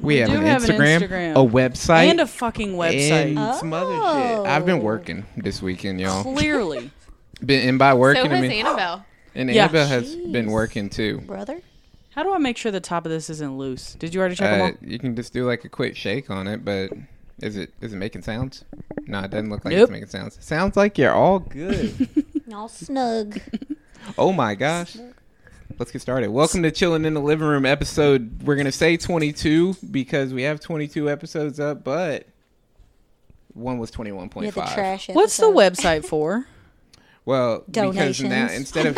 We, have, do an, have an Instagram, Instagram. a website, and a fucking website. and some other Oh. shit. I've been working this weekend, y'all. Clearly, Been in by working. So I has mean, Annabelle. and Yeah. Annabelle has Jeez. been working too. brother. how do I make sure the top of this isn't loose? Did you already check Uh, them you can just do like a quick shake on it, but is it is it making sounds? No, it doesn't look like Nope. it's making sounds. Sounds like you're all good. All snug. oh my gosh. Let's get started. Welcome to Chilling in the Living Room episode. We're gonna say 22 because we have 22 episodes up, but one was You had the 21.5. trash. all? What's the episode. website for? Well, because now Donations. instead of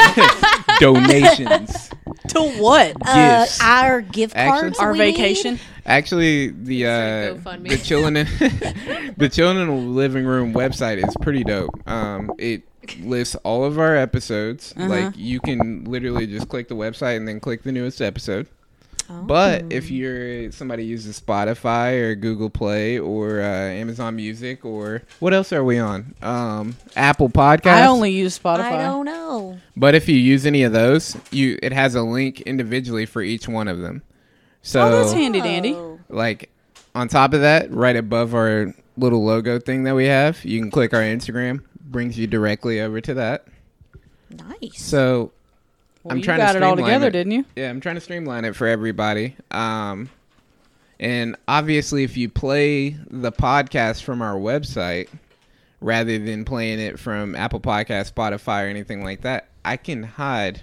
donations, to what? Uh, gifts. our gift Actually- cards. Our we vacation. need? Actually, the uh, Sorry, GoFundMe. the chilling in the chilling in the living room website is pretty dope. Um, it lists all of our episodes. Uh-huh. Like you can literally just click the website and then click the newest episode. Oh. But if you're somebody uses Spotify or Google Play or uh, Amazon Music or what else are we on? Um, Apple Podcasts. I only use Spotify. I don't know. But if you use any of those, you it has a link individually for each one of them. So Oh, that's handy dandy. Oh. like on top of that right above our little logo thing that we have you can click our instagram brings you directly over to that Nice. so Well, i'm you trying got to it all streamline together, didn't you? yeah i'm trying to streamline it for everybody um and obviously if you play the podcast from our website rather than playing it from apple podcast spotify or anything like that i can hide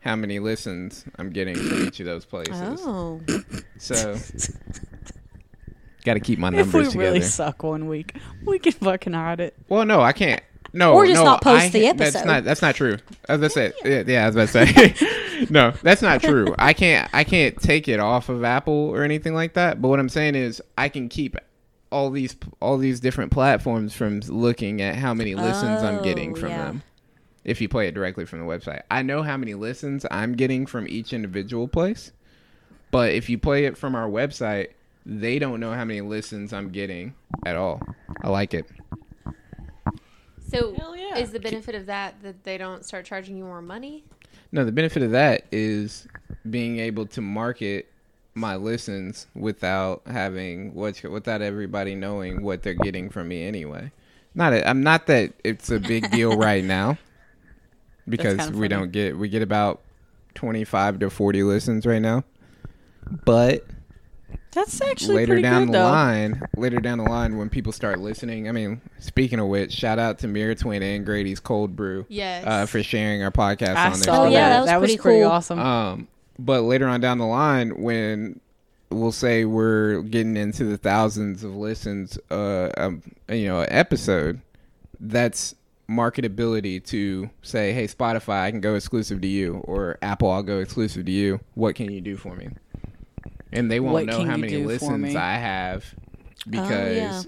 how many listens i'm getting from each of those places Oh, so got to keep my If numbers we together really suck one week, we can fucking hide it. Well, no, I can't. No, Or just no, not post I- the That's episode. not. That's not true. I was about to say. Yeah, yeah, I was about to say. no, that's not true. I can't. I can't take it off of Apple or anything like that. But what I'm saying is, I can keep all these all these different platforms from looking at how many listens I'm getting Oh, from yeah. them. If you play it directly from the website, I know how many listens I'm getting from each individual place. But if you play it from our website, they don't know how many listens I'm getting at all. I like it. So Hell yeah. is the benefit of that that they don't start charging you more money? No, the benefit of that is being able to market my listens without having what without everybody knowing what they're getting from me anyway. Not a, I'm not that it's a big deal right now because kinda we funny. don't get we get about 25 to 40 listens right now. But That's actually later pretty down good, the though. line, later down the line when people start listening, I mean, speaking of which, shout out to Mirror Twin and Grady's Cold Brew Yes. uh, for sharing our podcast I on their saw Oh, that. story. yeah, that that was was, pretty pretty, cool. Uh, awesome. Um, but later on down the line, when we'll say we're getting into the thousands of listens, uh, um, you know, episode, that's marketability to say, hey, Spotify, I can go exclusive to you, or Apple, I'll go exclusive to you. What can you do for me? And they won't What know can how you many do for listens me? Oh, I have because yeah.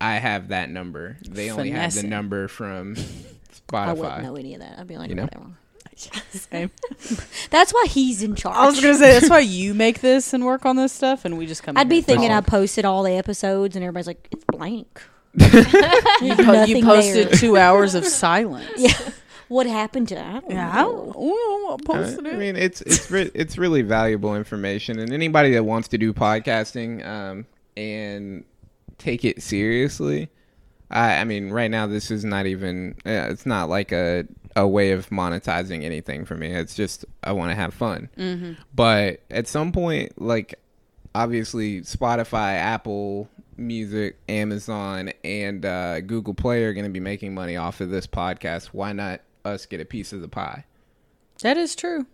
I have that number. They only have the Finessing. number from I wouldn't Spotify. know any of that. I'd be like, You know? whatever. Same. That's why he's in charge. I was gonna say that's why you make this and work on this stuff, and we just come. I'd be thinking I Oh. posted all the episodes, and everybody's like, it's blank. you, nothing posted there. two hours of silence. Yeah. What happened to? I don't Yeah, I know. don't, ooh, I posted I it. mean, it's it's re- it's really valuable information, and anybody that wants to do podcasting um, and take it seriously, I, I mean, right now this is not even uh, it's not like a a way of monetizing anything for me. It's just I want to have fun. Mm-hmm. But at some point, like obviously Spotify, Apple Music, Amazon, and uh, Google Play are going to be making money off of this podcast. Why not us get a piece of the pie? that is true.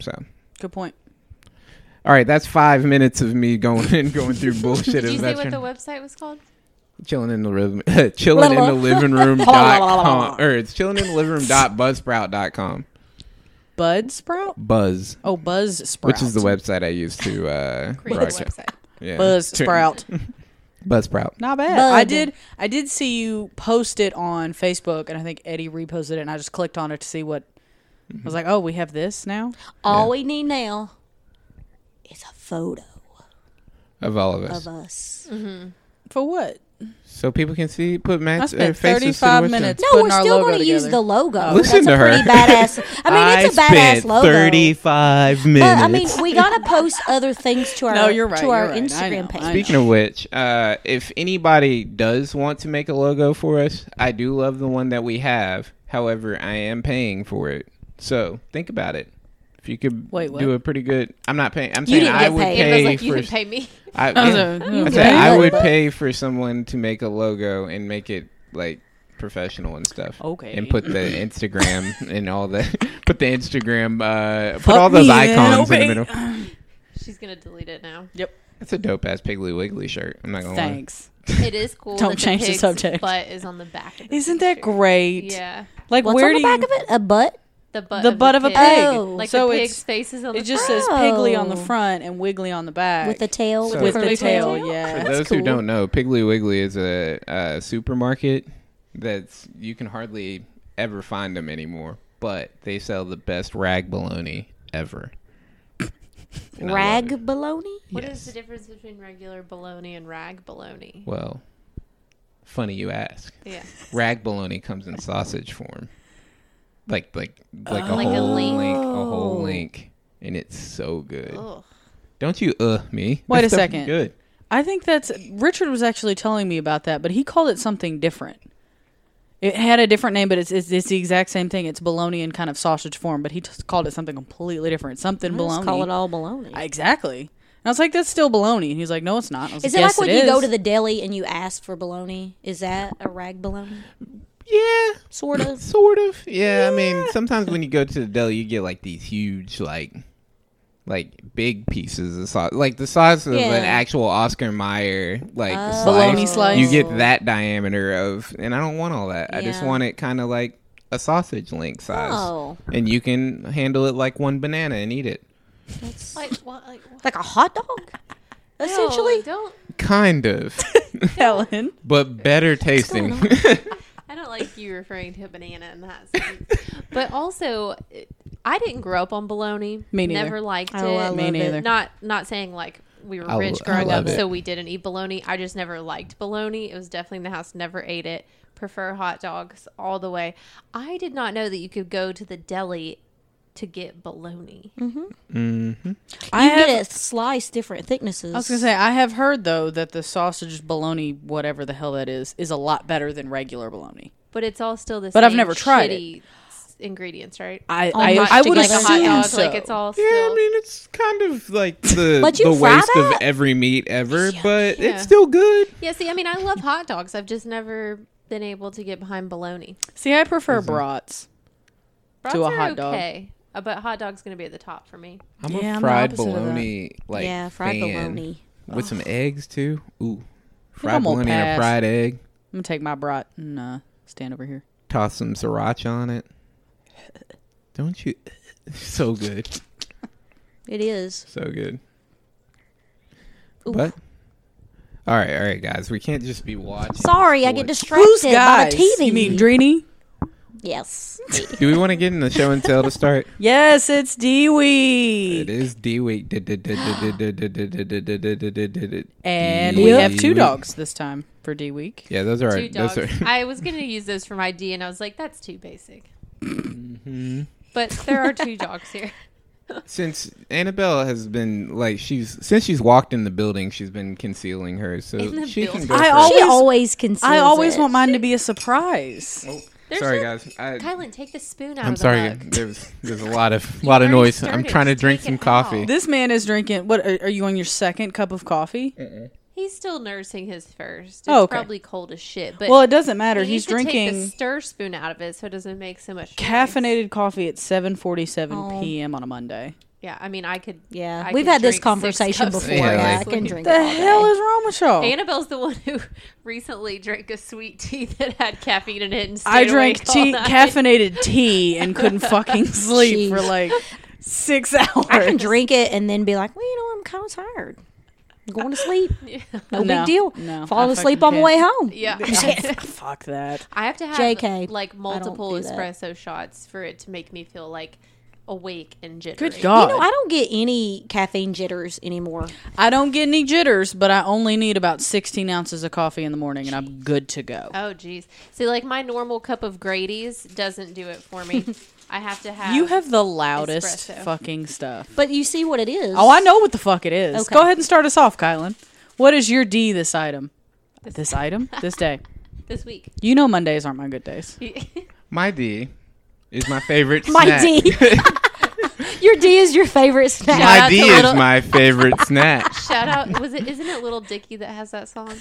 So. Good point. All right, that's five minutes of me going in, going through bullshit. Did as you say what veteran. the website was called? chilling in the rhythm, chilling in the living room dot com, or it's chilling in the living room dot buzzsprout dot com. Bud Sprout. Buzz, Oh, Buzz Sprout. which is the website I used to uh, Create a broadcast. website. Yeah. Buzz Turn- Sprout. Buzzsprout. Not bad. Bud. I did. I did see you post it on Facebook, and I think Eddie reposted it, and I just clicked on it to see what. I was like, oh, we have this now. All we need now is a photo Of all of of us, us. For what? so people can see put I Matt's uh, spent faces to the 35 website. minutes. No, we're putting our still logo going to use together. the logo. Oh. Listen That's to a her. pretty badass. I mean, it's a badass spent logo. Thirty-five minutes. But I mean, we gotta post other things to our No, you're right, to our you're right. I Instagram know, page. I know. Speaking of which, uh, if anybody does want to make a logo for us, I do love the one that we have. However, I am paying for it, so think about it. If you could Wait, what? do a pretty good, I'm not paying. I'm You saying didn't I get would paid. It was pay like, you for. can pay me. I, was yeah. like, I "Mm, said okay." I would But- pay for someone to make a logo and make it like professional and stuff. Okay. And put the Instagram and all that. Put the Instagram. Uh, put Fuck all those me then, icons in okay. the middle. She's gonna delete it now. That's a dope ass Piggly Wiggly shirt. I'm not gonna lie. Thanks. It is cool. Don't that change the pig's subject. Butt is on the back. Of the Isn't that picture. great? Yeah, Like What's where on the do back you, of it? A butt? the butt. the of butt of a pig. pig? Oh. Like so the it's pig's face is on it the just front. says Piggly on the Oh. front and Wiggly on the back With the tail? So- with With the the tail. tail? For Yeah. That's those who cool. don't know, Piggly Wiggly is a, a supermarket that's you can hardly ever find them anymore, but they sell the best rag bologna ever. And I love Rag it. baloney? What is Yes. the difference between regular bologna and rag bologna? Well, funny you ask. Yeah, Rag bologna comes in sausage form, like like like a Like a whole link. link. a whole link, and it's so good. Ugh. Don't you uh me? Wait That a stuff's second. Good. I think that's Richard was actually telling me about that, but he called it something different. It had a different name, but it's it's, it's the exact same thing. It's bologna in kind of sausage form, but he just called it something completely different. Something bologna. Let's call it all baloney. Exactly. And I was like, that's still bologna. And he's like, no, it's not. I was is it like, like yes, when it you go is." to the deli and you ask for baloney? Is that a rag baloney? Yeah. Sort of. Sort of. Yeah, I mean, sometimes when you go to the deli, you get like these huge, like, like big pieces of sauce, like the size of Yeah. an actual Oscar Mayer, like Oh. Bologna slice. You get that diameter of, and I don't want all that. I just Yeah. want it kind of like a sausage link size, Oh. and you can handle it like one banana and eat it. That's Like what? Like, what? like a hot dog? Essentially? No, don't. Kind of, Helen. but better tasting. I don't like you referring to a banana in that sense. but also, it- I didn't grow up on bologna. Me neither. Never liked Oh, I it. Me love neither. it. Not not saying like we were I lo- rich I growing love up, it. so we didn't eat bologna. I just never liked bologna. It was definitely in the house. Never ate it. Prefer hot dogs all the way. I did not know that you could go to the deli to get bologna. Mm. I You have, get it sliced different thicknesses. I was gonna say I have heard though that the sausage bologna, whatever the hell that is, is a lot better than regular bologna. But it's all still the But same. I've never tried it. shitty s- Ingredients, right? I Oh, I, not I would like together. assume a hot dog, so. like it's all Yeah, still. I mean it's kind of like the But you the fry waste of that? every meat ever, but Yeah. it's still good. yeah, see, I mean, I love hot dogs. I've just never been able to get behind bologna. See, I prefer brats. Brats to a are hot dog. Okay, uh, but hot dog's gonna be at the top for me. I'm Yeah, I'm a the fried opposite of that. bologna like Yeah, fan. fried bologna. with some eggs too. Ooh, fried I'm gonna bologna and pass. a fried egg. I'm gonna take my brat and uh, stand over here. Toss some sriracha on it. Don't you? So good, It is. so good. Ooh. But all right, all right, guys, we can't just be watching. Sorry, I get sports. distracted Who's by guys? the TV. You mean Drini? yes. Do we want to get in the show and tell to start? Yes, it's Dewey. It is D week, and And we have two dogs this time for D week. Yeah, those are Two dogs. those are. I was gonna use those for my D, and I was like, that's too basic. But there are two dogs here. Since Annabelle has been like she's since she's walked in the building, she's been concealing her, so In the she building. can go. I first. always- she always conceals I always it. want mine to be a surprise. There's sorry, no- guys. I, Kylan, take the spoon out. Oh, I'm of the sorry. mug. There's there's a lot of lot already of noise. I'm started. trying to Just drink take some it coffee. out. This man is drinking. What are, are you on your second cup of coffee? He's still nursing his first. It's Oh, okay. probably cold as shit. But Well, it doesn't matter. you need He's to take the drinking stir spoon out of it so it doesn't make so much noise. caffeinated coffee at 7:47 Oh. p.m. on a Monday. Yeah, I mean, I could. Yeah, I we've could had this drink six conversation cups before. Yeah, Yeah, like- I can drink. it The all day. hell is wrong with y'all? Annabelle's the one who recently drank a sweet tea that had caffeine in it. And I stayed drank awake all tea, night. caffeinated tea, and couldn't fucking sleep Jeez. for like six hours. I can drink it and then be like, well, you know, I'm kind of tired. I'm going to sleep. No, No, big deal. no, Falling I asleep fucking on the way home. Yeah, Fuck that. I have to have JK, I like don't multiple do that. espresso shots for it to make me feel like awake and jittery. Good God. You know, I don't get any caffeine jitters anymore. I don't get any jitters, but I only need about 16 ounces of coffee in the morning and I'm good to go. Oh, geez. See, like my normal cup of Grady's doesn't do it for me. I have to have. You have the loudest Espresso. fucking stuff. But you see what it is. Oh, I know what the fuck it is. Okay. Go ahead and start us off, Kylan. What is your D this item? This, item? This day. this week. You know Mondays aren't my good days. My D is my favorite My snack. D. Your D is your favorite snack. my out D to is little- my favorite snack. Shout out. Was it? Isn't it Little Dicky that has that song?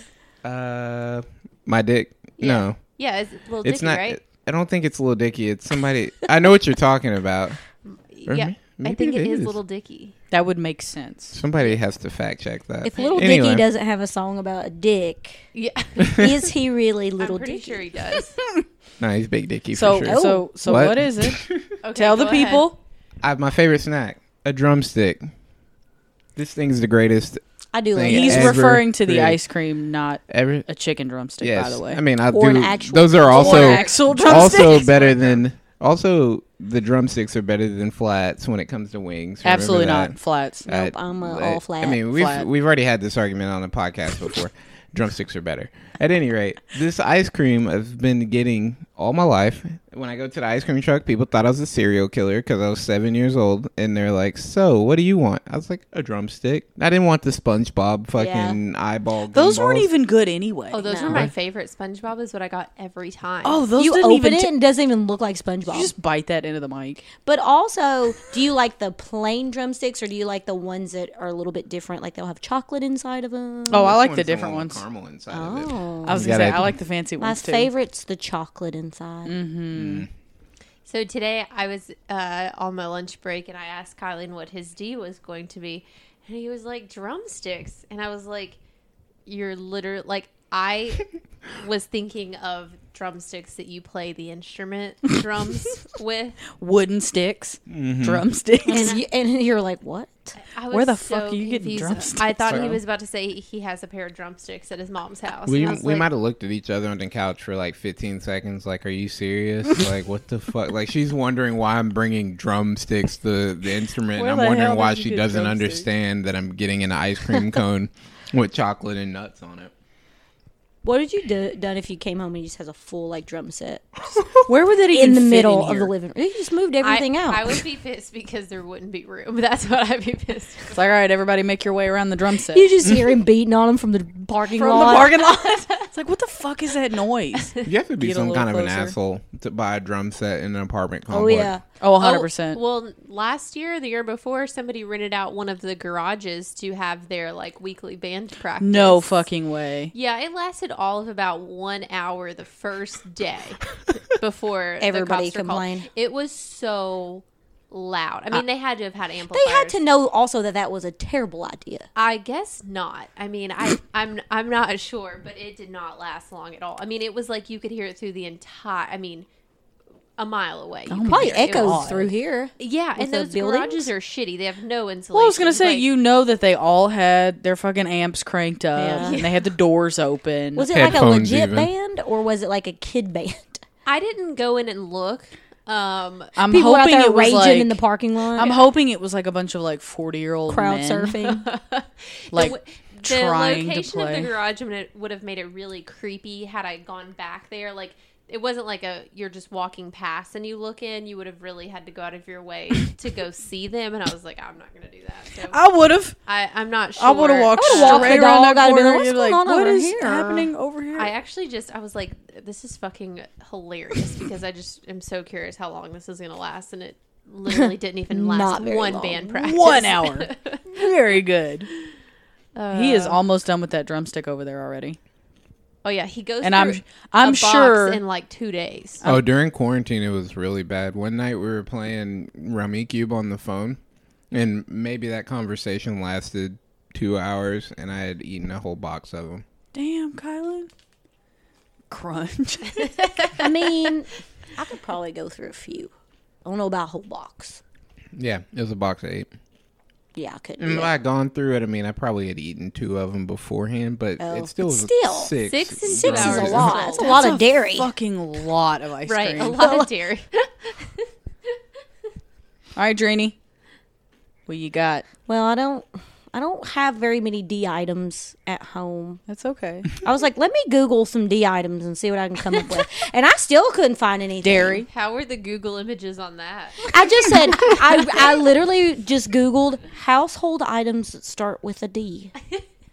Uh, my dick. No, Yeah, it's Little it's Dicky, not. right? I don't think it's Lil Dicky. It's somebody. I know what you're talking about. Or yeah, may- I maybe think it it is. is. Little Dicky. That would make sense. Somebody has to fact check that. If Little Anyway, Dicky doesn't have a song about a dick, Yeah, is he really I'm Little pretty Dicky? sure he does. no, he's Big Dicky So for sure. Oh. so so What? what is it? Okay, Tell the go ahead. people. I, my favorite snack, a drumstick. This thing's the greatest I do love Thing He's ever that. referring to the created. ice cream, not ever. a chicken drumstick, Yes, by the way. I mean I Or an do. actual- those are or Or also actual drumstick. also better than also the drumsticks are better than flats when it comes to wings. Remember Absolutely that? not. Flats. Nope, I'm, uh, all flat. I mean, we've Flat. we've already had this argument on a podcast before. Drumsticks are better. At any rate, this ice cream I've been getting all my life. When I go to the ice cream truck, people thought I was a serial killer because I was seven years old, and they're like, "So, what do you want?" I was like, "A drumstick." I didn't want the SpongeBob fucking eyeball. Those weren't gumballs. even good anyway. Oh, Oh, those No. were my favorite. SpongeBob is what I got every time. those you didn't open even it ta- and it doesn't even look like SpongeBob. you just bite that into the mic. but also, do you like the plain drumsticks or do you like the ones that are a little bit different? Like they'll have chocolate inside of them. Oh, I like One's the different one with ones. Caramel inside of it. Oh. I was You gonna say gotta- I like the fancy My ones too. favorite's the chocolate inside. So today I was uh, on my lunch break and I asked Kylan what his D was going to be, and he was like drumsticks, and I was like, "You're literally like I was thinking of drumsticks that you play the instrument drums with." Wooden sticks, Mm-hmm. drumsticks. And, you, and you're like, what? I Where was the fuck are you getting confused. drumsticks I thought he from? was about to say he has a pair of drumsticks at his mom's house. We, and I we was like, might have looked at each other on the couch for like 15 seconds. Like, are you serious? like, what the fuck? Like, she's wondering why I'm bringing drumsticks, the the instrument, Where and the I'm wondering hell why did you she get doesn't drumsticks? understand that I'm getting an ice cream cone with chocolate and nuts on it. What did you do, done if you came home and you just has a full like drum set Where would that even in the fit middle in of the here? living room? You just moved I- everything out. I would be pissed because there wouldn't be room. That's what I'd be pissed. It's like all right, everybody, make your way around the drum set you just hear him beating on him from the parking from the lot. parking lot. it's like what the fuck is that noise? You have to be Get a some little kind of an closer. asshole to buy a drum set in an apartment oh complex. yeah. Oh, 100 Oh, percent. Well, last year, the year before, somebody rented out one of the garages to have their like weekly band practice. No fucking way. Yeah, it lasted all of about one hour the first day before the Everybody cops were called. complained. Uh, It was so loud. I mean, they had to have had amplifiers. They had to know also that that was a terrible idea. I guess not. I mean, I I'm I'm not sure, but it did not last long at all. I mean, it was like you could hear it through the entire. I mean, a mile away. You could Probably hear it. It was- Oh echoes through here. Yeah, and the those buildings? garages are shitty. They have no insulation. Well, I was gonna say Like, you know that they all had their fucking amps cranked up Yeah. and they had the doors open. Was it like a Headphones legit even. band or was it like a kid band? I didn't go in and look. Um, I'm People were out hoping there it was raging like, in the parking lot. I'm hoping it was like a bunch of like 40 year old crowd men, surfing. like w- the trying to location play. of the garage would have, would have made it really creepy had I gone back there. Like it wasn't like a you're just walking past and you look in. You would have really had to go out of your way to go see them. And I was like, I'm not gonna do that. So I would have. I, I'm not sure. I would have walked would've walked straight the around dog, that I'd've been corner. like, "What's You're going like, on what over is here?" happening over here? I actually just I was like, this is fucking hilarious because I just am so curious how long this is gonna last, and it literally didn't even last Not very one long. band practice. One hour. Very good. he Uh, is almost done with that drumstick over there already. Oh yeah, he goes And I'm- through I'm a box sure- in like two days. Oh, during quarantine, it was really bad. One night we were playing Rummy Cube on the phone, and maybe that conversation lasted two hours, and I had eaten a whole box of them. Damn, Kylan. Crunch. I mean, I could probably go through a few. I don't know about a whole box. Yeah, it was a box of eight. Yeah, I could. And do if I had gone through it, I mean, I probably had eaten two of them beforehand, but Oh, it still but was still, six. six and grams. that. Six six is a hours. lot. That's a lot of dairy. fucking lot of ice Right, cream. a lot of dairy. All right, Drini. What you got? Well, I don't. I don't have very many D items at home. That's okay. I was like, let me Google some D items and see what I can come up with. And I still couldn't find anything. Dairy. How were the Google images on that? I just said, I, I literally just Googled household items that start with a D.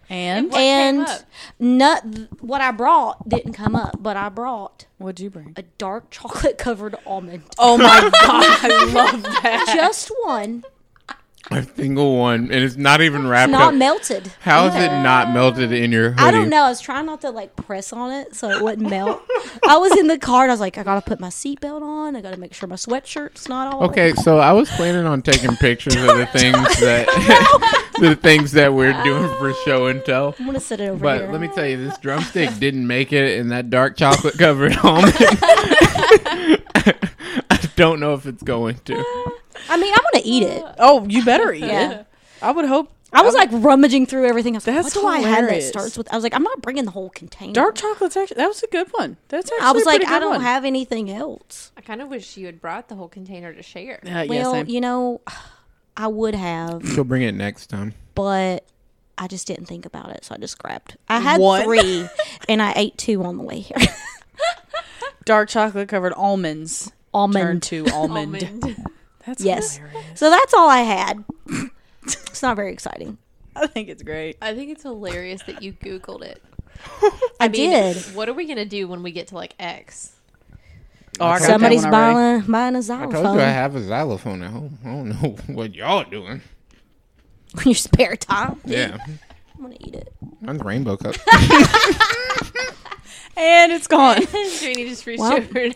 And What came and up? not, what I brought didn't come up, but I brought what'd you bring? a dark chocolate covered almond. Oh my god, I love that. Just one, A single one, and it's not even wrapped not up. melted. How is it not melted in your hoodie? I don't know. I was trying not to like press on it so it wouldn't melt. I was in the car and I was like, I gotta put my seatbelt on. I gotta make sure my sweatshirt's not all. Okay, so I was planning on taking pictures of the things that the things that we're doing for show and tell. I'm gonna sit it over But here. let me tell you, this drumstick didn't make it in that dark chocolate covered almond. I don't know if it's going to. I mean, I'm gonna eat it. Oh, you better eat Yeah. it. I would hope. I was like rummaging through everything. I was like, That's what do I have that hilarious. starts with? I was like, I'm not bringing the whole container. Dark chocolate's actually that was a good one. That's actually I was a pretty like, I good don't one. have anything else. I kind of wish you had brought the whole container to share. Uh, yeah, well, same. you know, I would have, She'll bring it next time. but I just didn't think about it, so I just grabbed. I had One. three, and I ate two on the way here. dark chocolate covered almonds. Turn Almond. to almond. Almond. That's Yes. hilarious. So that's all I had. it's not very exciting. I think it's great. I think it's hilarious that you Googled it. I, mean, did. What are we gonna do when we get to like X? Oh, I got that Somebody's one already. buying, buying a I told you I xylophone have a xylophone at home. I don't know what y'all doing. in your spare time. Yeah, I'm gonna eat it. mine's rainbow cup. and it's gone. Janie just reached Well- over and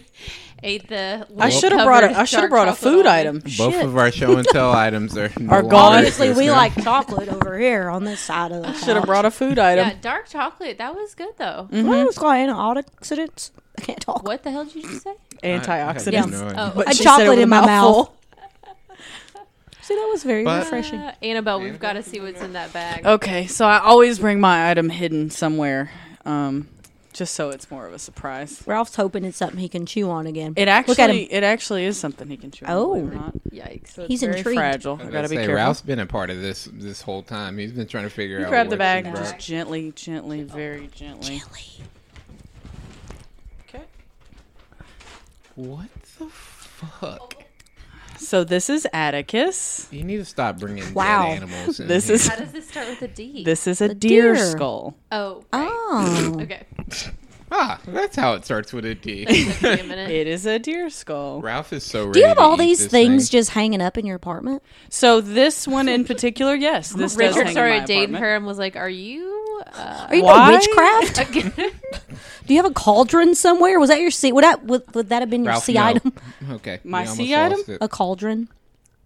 ate the. I should have brought a I should have brought a food item. Both Shit. of our show and tell items are no Are longer gone. Honestly, existing. we like chocolate over here on this side of the. Should have brought Mm-hmm. a food item. Yeah, dark chocolate. That was good though. Mm. What was called antioxidants? I can't talk. What the hell did you just say? I had Antioxidants. no idea. Oh. But A she said it chocolate with a in my mouthful. mouth. See, that was very But- refreshing. Uh, Annabelle, we've got to see what's in that bag. Okay, so I always bring my item hidden somewhere, um, just so it's more of a surprise. Ralph's hoping it's something he can chew on again. It Look at actually, him. it actually is something he can chew. on, Oh. believe it or not. Yikes. So it's He's very intrigued. fragile. I I was gotta gonna be say, careful. Ralph's been a part of this this whole time. He's been trying to figure out. Grab what the bag she and brought. just gently, gently, very gently. Okay. What the fuck? So this is Atticus. You need to stop bringing Wow. dead animals. In This here. is How does this start with a D? this is a deer. deer, skull. Oh. Right. Oh, Okay. ah. That's how it starts with a D. Took me a minute. It is a deer skull. Ralph is so. Ready do you have to all eat these this things Thing. just hanging up in your apartment? So this one in particular, yes, this does Richard hang in my started dating apartment. her and was like, "Are you?" Uh, Are you Why? doing witchcraft? Do you have a cauldron somewhere? Was that your C? Would that would, would that have been your Ralph, C no. item? Okay. we My almost sea item? lost it. A cauldron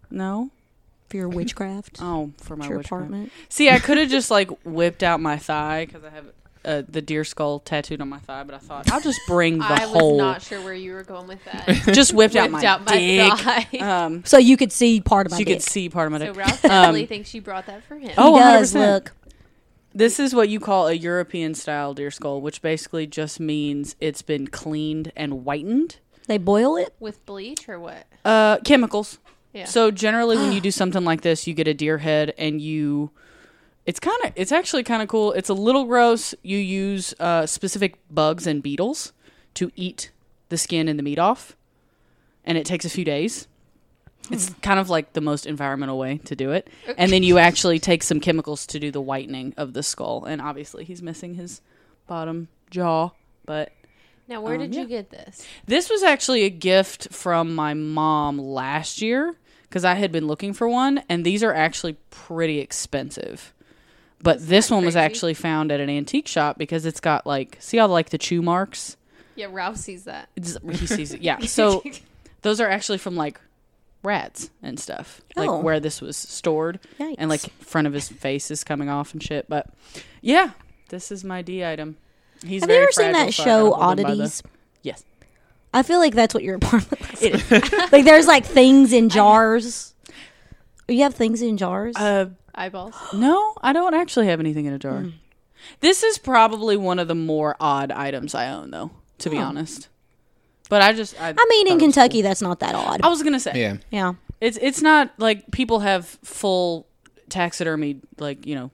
No. for your witchcraft? Oh, for my your witchcraft. apartment? See, I could have just like whipped out my thigh because I have uh, the deer skull tattooed on my thigh, but I thought I'll just bring the I whole. was not sure where you were going with that. just whipped, out my Whipped out my dick. thigh. Um, so you could see part of my so you dick. could see part of my so dick. Ralph definitely thinks she brought that for him. um, Oh, he does 100%. look. This is what you call a European style deer skull, which basically just means it's been cleaned and whitened. They boil it. with bleach or what? Uh, chemicals. Yeah. So generally, when you do something like this, you get a deer head, and you. It's kind of. It's actually kind of cool. It's a little gross. You use uh, specific bugs and beetles to eat the skin and the meat off, and it takes a few days. It's kind of like the most environmental way to do it. And then you actually take some chemicals to do the whitening of the skull. And obviously, he's missing his bottom jaw, but Now, um, where did you get this? this was actually a gift from my mom last year because I had been looking for one, and these are actually pretty expensive. But this one was crazy? actually found at an antique shop because it's got like, see all like the chew marks? Yeah, Ralph sees that. It's- He sees it. Yeah. So those are actually from like rats and stuff, like Oh. where this was stored. Yikes. And like front of his face is coming off and shit. But yeah, this is my D item. He's Have you very ever seen fragile, that so I show gotta hold him by the- Oddities? yes. I feel like that's what your apartment looks like. like there's like things in jars. You have things in jars. Uh, Eyeballs. No, I don't actually have anything in a Hmm. jar. This is probably one of the more odd items I own, though, to be honest. But I just, I, I mean, in thought it was Kentucky, that's not that odd. Oh. cool. I was gonna say, Yeah. yeah, It's it's not like people have full taxidermy like you know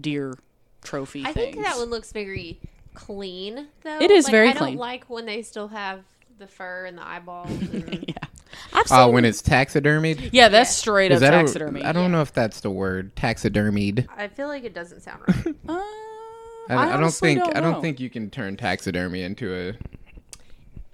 deer trophy. I things. think that one looks very clean, though. It is Like, very I don't clean. like when they still have the fur and the eyeballs. And Yeah, I've seen Oh, when it's taxidermied. yeah, that's straight Is up that a- taxidermy. I don't know if that's the word. Taxidermied. I feel like it doesn't sound right. Uh, I, I, don't honestly think. I know. don't think you can turn taxidermy into a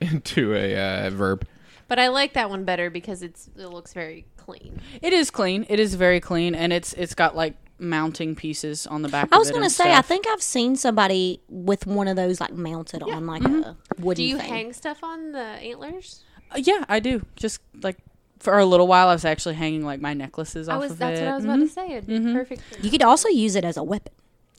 into a uh, verb. but I like that one better because it's it looks very clean. it is clean. It is very clean, and it's it's got like mounting pieces on the back. I was going gonna to say, I think I've seen somebody with one of those like mounted on like Mm-hmm. a wooden Do you thing. hang stuff on the antlers? yeah, I do. Just like for a little while, I was actually hanging like my necklaces off I was. of That's it. Mm-hmm. what I was about to say. It'd be perfect. For you could also use it as a weapon.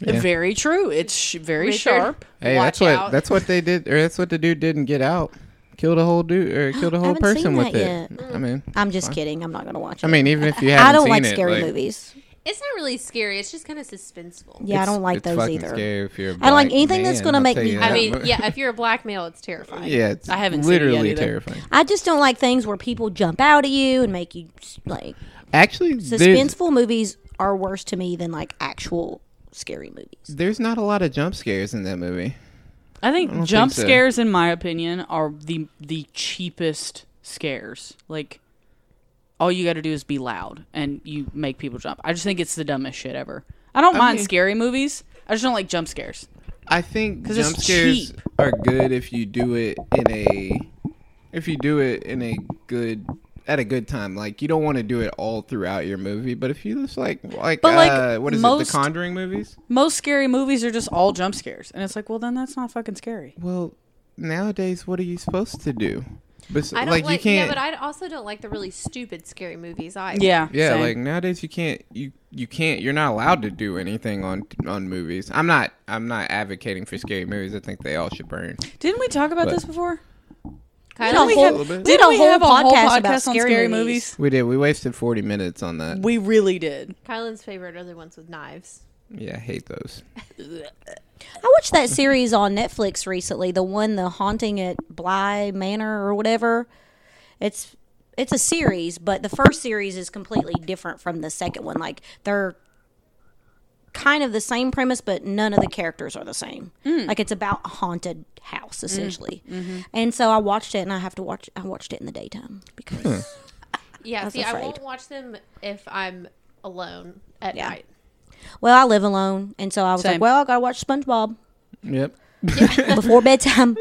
Yeah. Very true. It's sh- very Richard. sharp. Hey, Watch that's what out. that's what they did, or that's what the dude did in Get Out. Killed a whole dude, or killed a whole haven't seen person with that it. I mean, I'm just kidding. I'm not gonna watch it. I mean, even if you haven't I don't seen like it, scary like, movies. it's not really scary. It's just kind of suspenseful. Yeah, I it's- don't like it's those fucking either. Scary if you're a I don't like black anything that's man, gonna I'll make tell me- you I I that mean, much. yeah, if you're a black male, it's terrifying. yeah. It's I haven't seen it yet literally either. terrifying. I just don't like things where people jump out at you and make you like Actually, there's, suspenseful movies are worse to me than like actual scary movies. there's not a lot of jump scares in that movie. I think don't jump think so. scares, in my opinion, are the the cheapest scares. Like, all you got to do is be loud, and you make people jump. I just think it's the dumbest shit ever. I don't mind mean- scary movies. I just don't like jump scares. I think 'Cause it's jump scares cheap. are good if you do it in a if you do it in a good at a good time. Like you don't want to do it all throughout your movie, but if you just like like, But, like, uh, what is it, most- the Conjuring movies? Most scary movies are just all jump scares, and it's like, well, then that's not fucking scary. Well, nowadays, what are you supposed to do? Bes- I don't like, like, you can't. Yeah, but I also don't like the really stupid scary movies either. Yeah, yeah, same. like nowadays you can't you you can't you're not allowed to do anything on on movies. I'm not I'm not advocating for scary movies. I think they all should burn. didn't we talk about But- this before? Kylie, Didn't No, we whole- have, we did didn't a we whole have a whole podcast podcast about on scary scary movies. movies? We did. We wasted 40 minutes on that. We really did. Kylan's favorite are the ones with knives. Yeah, I hate those. I watched that series on Netflix recently, the one the haunting at Bly Manor or whatever. It's it's a series, but the first series is completely different from the second one. Like they're kind of the same premise, but none of the characters are the same. Like it's about a haunted house essentially. And so I watched it, and I have to watch. I watched it in the daytime because Yeah, was see, I afraid. won't watch them if I'm alone at Yeah. night. well, I live alone, and so I was Same. like, well, I gotta watch SpongeBob. Yep. before bedtime.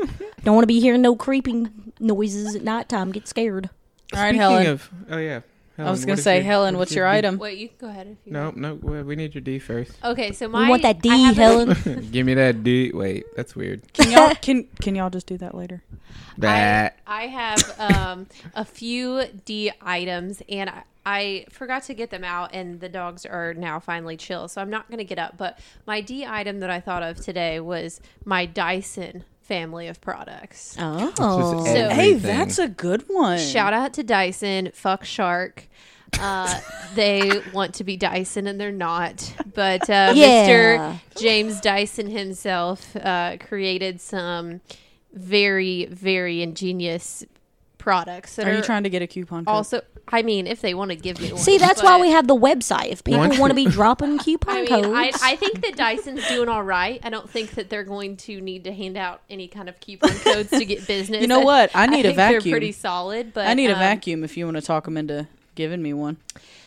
Don't want to be hearing no creeping noises at nighttime. Get scared. All right, Helen. of, oh yeah. I was gonna say, Helen, what's your item? Wait, you can go ahead if you. No, no. we- We need your D first. Okay, so We my want that D, I have a- Helen. Give me that D. Wait, that's weird. Can y'all can can y'all just do that later? That. I, I have um, a few D items, and I, I forgot to get them out, and the dogs are now finally chill, so I'm not going to get up. But my D item that I thought of today was my Dyson family of products. Oh, Just So- Hey, everything. that's a good one. Shout out to Dyson, fuck Shark. Uh, they want to be Dyson and they're not. But uh, Yeah. Mr. James Dyson himself uh, created some very, very ingenious products that Are are, you trying to get a coupon? Code? also. I mean, if they want to give me one. see, that's but- why we have the website. If people Once- want to be dropping coupon I mean, codes, I, I think that Dyson's doing all right. I don't think that they're going to need to hand out any kind of coupon codes to get business. You know what? I need a think they're vacuum. pretty solid, but I need a um, vacuum if you want to talk them into giving me one.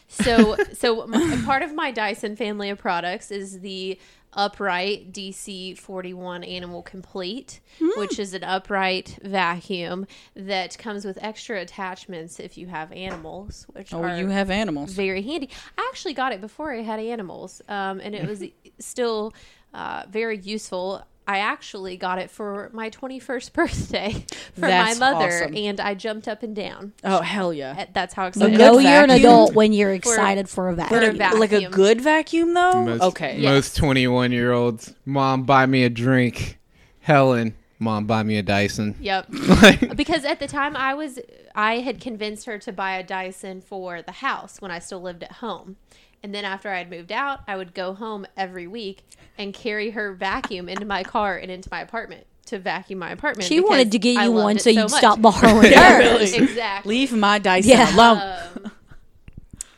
So, so my, part of my Dyson family of products is the upright DC 41 Animal Complete, Hmm. which is an upright vacuum that comes with extra attachments if you have animals, which Oh, are you have animals. very handy. I actually got it before I had animals, um, and it was still uh, very useful. I actually got it for my 21st birthday for That's my mother, awesome. and I jumped up and down. Oh hell yeah! That's how you excited. I know was. good you're an vacuum adult when you're excited for, a vacuum. a vac- Like a Vacuum. good vacuum though. Most, okay. Most 21 year olds. Mom, buy me a drink. Helen. Mom, buy me a Dyson. Yep. Like, because at the time I was I had convinced her to buy a Dyson for the house when I still lived at home. And then after I had moved out, I would go home every week and carry her vacuum into my car and into my apartment to vacuum my apartment. she wanted to because get I you loved one it so you'd much. stop borrowing Yeah, hers. really. Exactly. Leave my Dyson Yeah. alone. Um,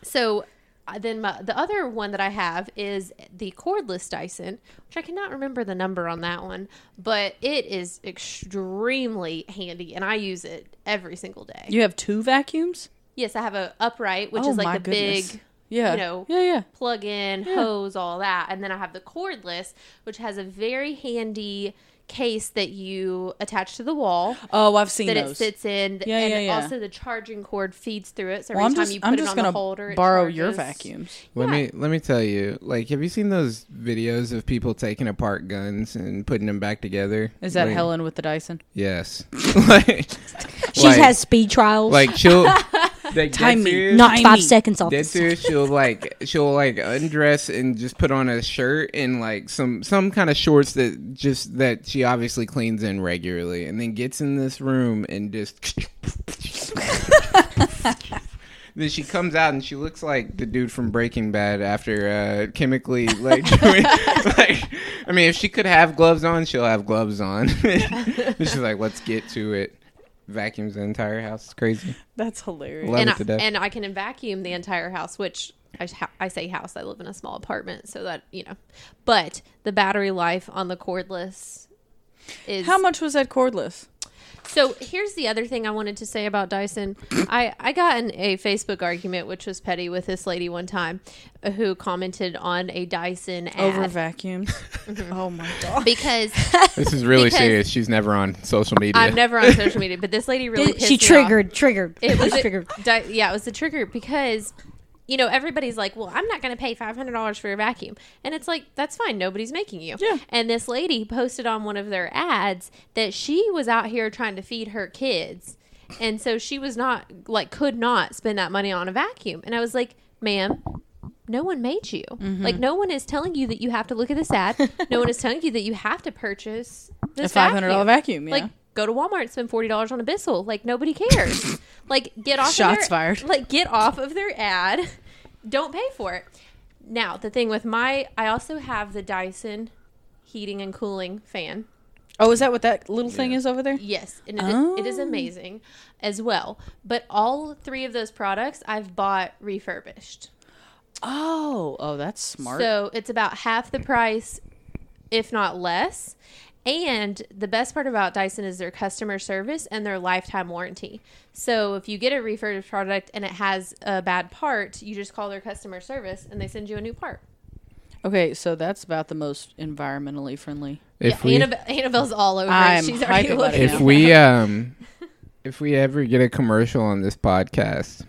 So uh, then my, the other one that I have is the cordless Dyson, which I cannot remember the number on that one, but it is extremely handy and I use it every single day. You have two vacuums, Yes, I have a upright, which Oh, is my like the goodness. big Yeah. you know, yeah, yeah. plug in, hose, all that. And then I have the cordless, which has a very handy case that you attach to the wall Oh, I've seen that it those. sits in. Yeah, and yeah, yeah. also the charging cord feeds through it. So every well, I'm time just, you put I'm it just on the gonna holder, it borrow your charges. vacuums. Let Yeah. me let me tell you. Like, have you seen those videos of people taking apart guns and putting them back together? Is that Like, Helen with the Dyson? Yes. like, She's had speed trials. like she'll like, Time me. dead serious- knocked tiny- five seconds off. Dead this. serious, she'll like she'll like undress and just put on a shirt and like some some kind of shorts that just that she obviously cleans in regularly, and then gets in this room and just. Then she comes out and she looks like the dude from Breaking Bad after uh, chemically like doing like. I mean, if she could have gloves on, she'll have gloves on. And she's like, "Let's get to it." Vacuums the entire house. It's crazy. That's hilarious. Love and it to death. I, and I can vacuum the entire house, which I, sh- I say house. I live in a small apartment, so that you know. But the battery life on the cordless is How much was that cordless? So here's the other thing I wanted to say about Dyson. I, I got in a Facebook argument, which was petty, with this lady one time uh, who commented on a Dyson ad Over vacuums. oh my god. because This is really Because- serious. She's never on social media. I'm never on social media, but this lady really pissed she me Off. triggered, triggered. It was a- triggered. di- yeah, it was the trigger because you know everybody's like, well, I'm not going to pay five hundred dollars for a vacuum, and it's like that's fine, nobody's making you. Yeah. And this lady posted on one of their ads that she was out here trying to feed her kids, and so she was not like could not spend that money on a vacuum, and I was like, ma'am. No one made you. Mm-hmm. Like no one is telling you that you have to look at this ad. no one is telling you that you have to purchase A this five hundred dollar vacuum. vacuum. Yeah. Like go to Walmart and spend forty dollars on a Bissell. Like nobody cares. like get off. Shots of their, fired. Like get off of their ad. Don't pay for it. Now the thing with my, I also have the Dyson heating and cooling fan. oh, is that what that little thing is over there? Yes, and it is it is Oh. amazing as well. But all three of those products I've bought refurbished. Oh, oh, that's smart. So it's about half the price, if not less. And the best part about Dyson is their customer service and their lifetime warranty. So if you get a refurbished product and it has a bad part, you just call their customer service and they send you a new part. okay, so that's about the most environmentally friendly. if yeah, Annabelle, Annabelle's all over. it. I'm She's hype already about it looking. if we um if we ever get a commercial on this podcast,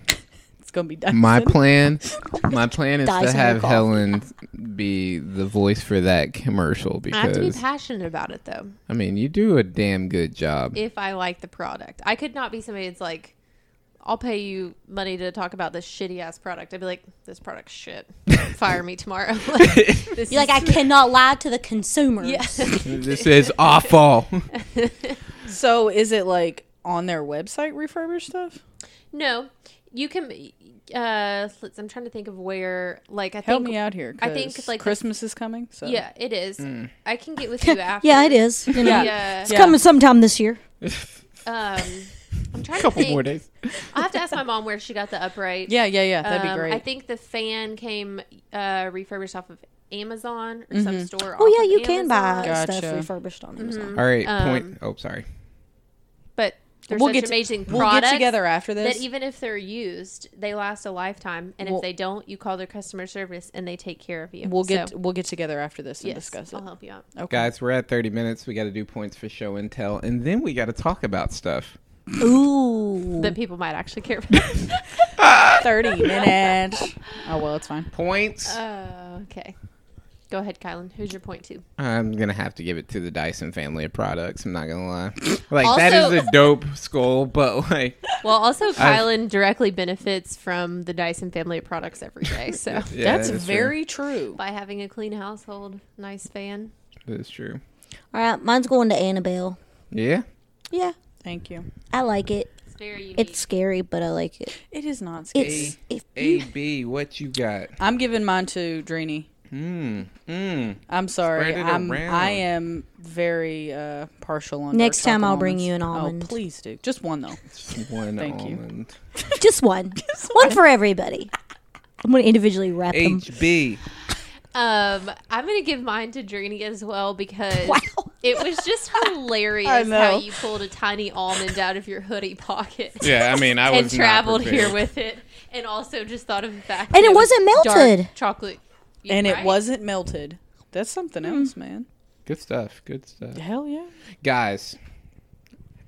It's gonna be Dyson. my plan my plan is to Dyson have recall. Helen be the voice for that commercial I have to be because passionate about it though. I mean you do a damn good job. If I like the product, I could not be somebody that's like, "I'll pay you money to talk about this shitty ass product." I'd be like, "This product's shit. Fire me tomorrow." Like, this You're like, I cannot lie to the consumers. this is awful. Mm. So is it like on their website refurbished stuff? No, you can. Uh, let's, I'm trying to think of where. Like, I Help think. me out here. I think, 'cause like, the- Christmas is coming. So Yeah, it is. Hmm. I can get with you after. Yeah, it is. You know, Yeah. Yeah. It's coming sometime this year. Um, I'm trying couple to think. more days. I'll have to ask my mom where she got the upright. yeah, yeah, yeah. That'd Um, be great. I think the fan came uh, refurbished off of Amazon or some Mm-hmm. store. Oh off yeah, of you can buy Amazon. Gotcha. stuff refurbished on Amazon. All right, Um, point. Oh, sorry. But there's such amazing we'll products get together after this. that even if they're used, they last a lifetime. And Well- if they don't, you call their customer service and they take care of you. we'll get So, we'll get together after this and yes, discuss it. I'll help you out. Okay. Guys, we're at 30 minutes. We got to do points for show and tell and then we got to talk about stuff. Ooh, That people might actually care about. Thirty minutes. Oh well, it's fine. Points. Oh, okay. Go ahead, Kylan. Who's your point two? I'm gonna have to give it to the Dyson family of products. I'm not gonna lie. Like Also- that is a dope skull, but like, Well, also Kylan directly benefits from the Dyson family of products every day. So yeah, That's that is very true. by having a clean household, nice fan. True. That is true. Mm-hmm. all right, mine's going to Annabelle. Yeah. Yeah, Thank you. I like it. It's very unique. It's scary, but I like it. It is not scary. It's if A B, what you got? I'm giving mine to Drini. Mm. Mm. I'm sorry. Spread it I'm around. I am very uh, partial on. Next dark chocolate time I'll bring almonds. you an Oh almond. please do. Just one though. Just One Thank you. almond. just one, one for everybody. I'm going to individually wrap them. HB. Um, I'm gonna give mine to Drini as well because Wow. it was just I hilarious know. how you pulled a tiny almond out of your hoodie pocket Yeah, I mean, I was and traveled not here prepared. with it, and also just thought of the fact And that it was wasn't dark melted. chocolate, You and it right? wasn't melted. That's something else, man. good stuff. Good stuff, Hell yeah. guys.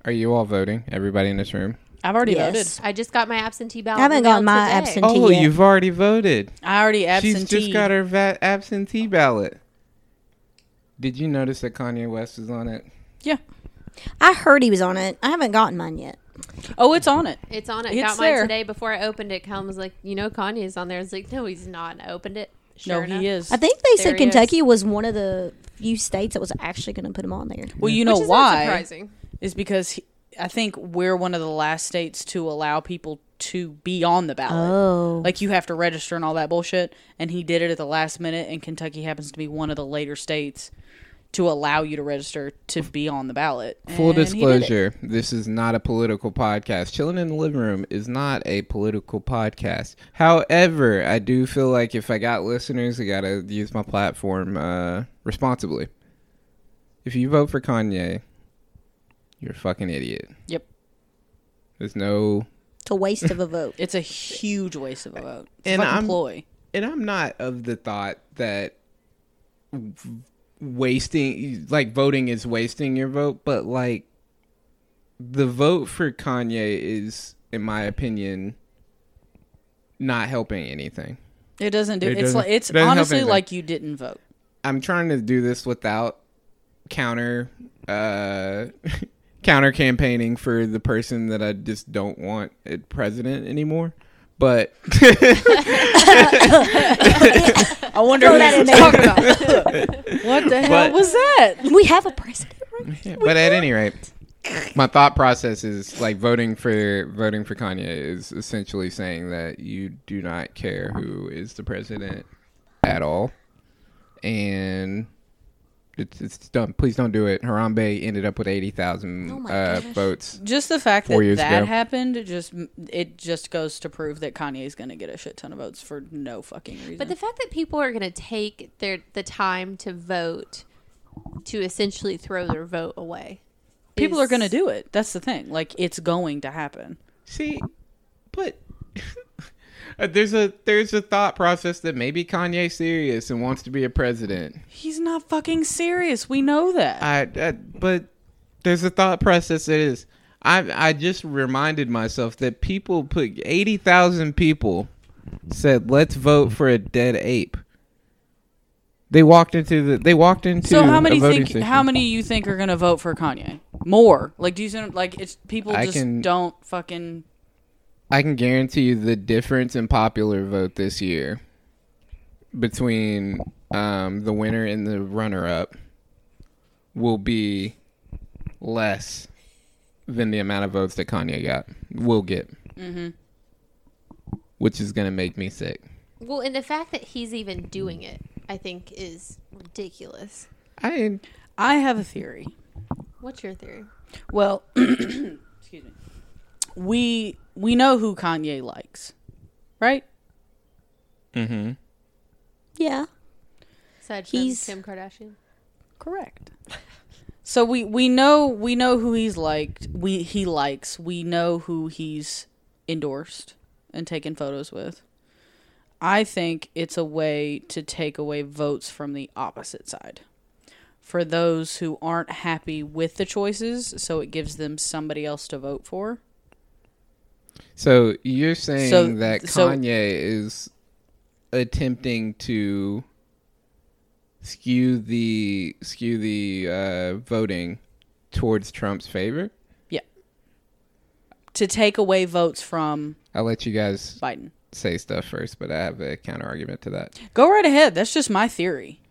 Are you all voting? Everybody in this room? I've already Yes. voted. I just got my absentee ballot. I haven't in the mail gotten my today. absentee. Oh, Tia. you've already voted. I already absentee. She's just got her va- absentee ballot. Did you notice that Kanye West is on it? yeah. I heard he was on it. I haven't gotten mine yet. Oh, it's on it. It's on it. It's got mine there. today. Before I opened it, Colin was like, "You know, Kanye's on there." I was like, "No, he's not." I opened it. Sure no, enough. he is. I think they There said he is. Kentucky was one of the few states that was actually going to put him on there. well, you Which know is not why? surprising. Is because he, I think we're one of the last states to allow people to be on the ballot. Oh. Like you have to register and all that bullshit. And he did it at the last minute. And Kentucky happens to be one of the later states to allow you to register to be on the ballot. Full And he did it. disclosure, this is not a political podcast. Chilling in the living room is not a political podcast. However, I do feel like if I got listeners, I got to use my platform uh, responsibly. If you vote for Kanye, you're a fucking idiot. Yep. There's no. It's a waste of a vote. It's a huge waste of a vote. It's And a fucking I'm- ploy. And I'm not of the thought that w- wasting, like voting is wasting your vote, but like the vote for Kanye is, in my opinion, not helping anything. It doesn't do. It it's doesn't- like it's it doesn't help honestly anything. like you didn't vote. I'm trying to do this without counter uh counter campaigning for the person that I just don't want at president anymore. But I wonder Throw what that in he's there. talking about. what the hell But- was that? we have a president. right? but at any rate, my thought process is like voting for voting for Kanye is essentially saying that you do not care who is the president at all, and it's it's dumb. Please don't do it. Harambe ended up with eighty thousand Oh my uh, gosh. votes. Just the fact Four that years that ago. happened it just it just goes to prove that Kanye's going to get a shit ton of votes for no fucking reason. But the fact that people are going to take their the time to vote to essentially throw their vote away, people are is- going to do it. That's the thing. Like it's going to happen. See, but uh, there's a there's a thought process that maybe Kanye's serious and wants to be a president. He's not fucking serious. We know that. I, I but there's a thought process that is I I just reminded myself that people put eighty thousand people said let's vote for a dead ape. They walked into the they walked into so how many a voting think station. how many you think are going to vote for Kanye? More. Like do you see what I'm- like it's people I just can- don't fucking I can guarantee you the difference in popular vote this year between um, the winner and the runner up will be less than the amount of votes that Kanye got will get, mm-hmm. which is going to make me sick. Well, and the fact that he's even doing it, I think, is ridiculous. I I have a theory. What's your theory? Well, excuse me. We we know who Kanye likes, right? mm-hmm. Yeah. Aside from He's- Kim Kardashian. Correct. So we we know we know who he's liked. We he likes. We know who he's endorsed and taken photos with. I think it's a way to take away votes from the opposite side. For those who aren't happy with the choices, so it gives them somebody else to vote for. So you're saying So- that so- Kanye is attempting to skew the skew the uh, voting towards Trump's favor? Yeah. To take away votes from I'll let you guys Biden. say stuff first, but I have a counter argument to that. Go right ahead. That's just my theory.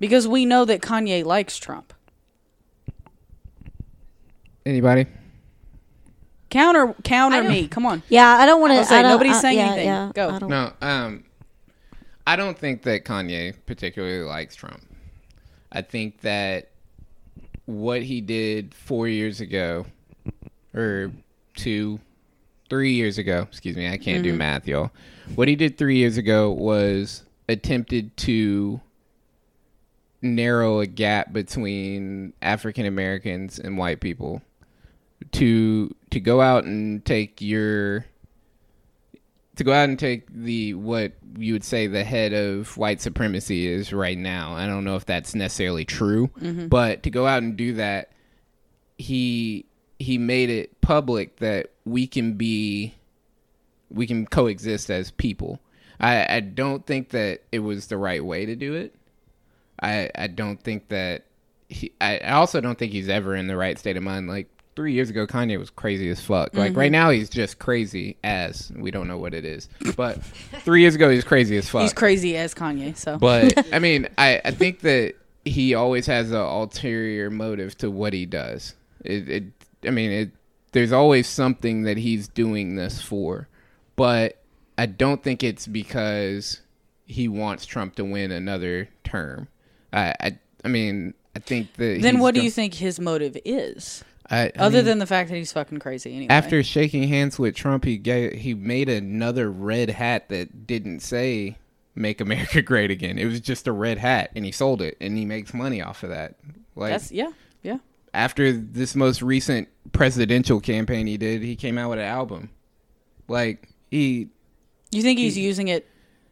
Because we know that Kanye likes Trump. Anybody? Counter I counter don't- me. Come on. Yeah, I don't want I to was like, nobody's saying yeah, anything. Yeah, Go. I don't- No, um, I don't think that Kanye particularly likes Trump. I think that what he did four years ago, or two, three years ago, excuse me, I can't do math, y'all. What he did three years ago was attempted to narrow a gap between African Americans and white people. To to go out and take your to go out and take the what you would say the head of white supremacy is right now. I don't know if that's necessarily true, but to go out and do that, he he made it public that we can be we can coexist as people. I, I don't think that it was the right way to do it. I I don't think that he, I, I also don't think he's ever in the right state of mind. Like three years ago, Kanye was crazy as fuck. Like right now, he's just crazy as we don't know what it is. But three years ago, he's crazy as fuck. He's crazy as Kanye, so But I mean, I, I think that he always has an ulterior motive to what he does. It, it I mean, it, there's always something that he's doing this for, but I don't think it's because he wants Trump to win another term. I, I, I mean, I think that. then he's what do go- you think his motive is? I, I Other mean, than the fact that he's fucking crazy anyway. after shaking hands with Trump, he gave, he made another red hat that didn't say "Make America Great Again." It was just a red hat, and he sold it, and he makes money off of that. Like that's yeah, yeah. after this most recent presidential campaign he did, he came out with an album. Like he You think he's using it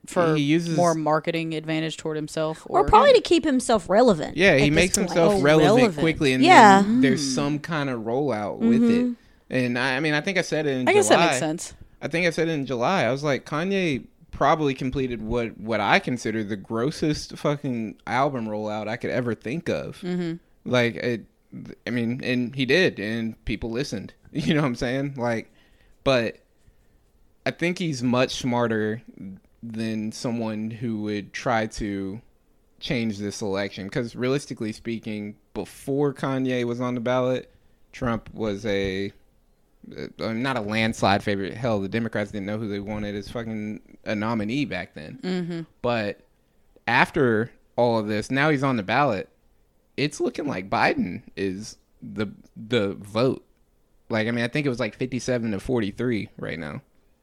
for he uses- more marketing advantage toward himself, or, Or probably to keep himself relevant. Yeah, at he this makes point. himself Oh, relevant, relevant. quickly, and Yeah. then there's some kind of rollout with it. And I, I mean, I think I said it. In Mm-hmm. I guess that July. makes sense. I think I said it in July. I was like, Kanye probably completed what what I consider the grossest fucking album rollout I could ever think of. Mm-hmm. Like, it, I mean, and he did, and people listened. You know what I'm saying? Like, but I think he's much smarter than someone who would try to change this election because realistically speaking before kanye was on the ballot trump was a uh, not a landslide favorite hell the democrats didn't know who they wanted as fucking a nominee back then mm-hmm. but after all of this now he's on the ballot it's looking like biden is the the vote like i mean i think it was like 57 to 43 right now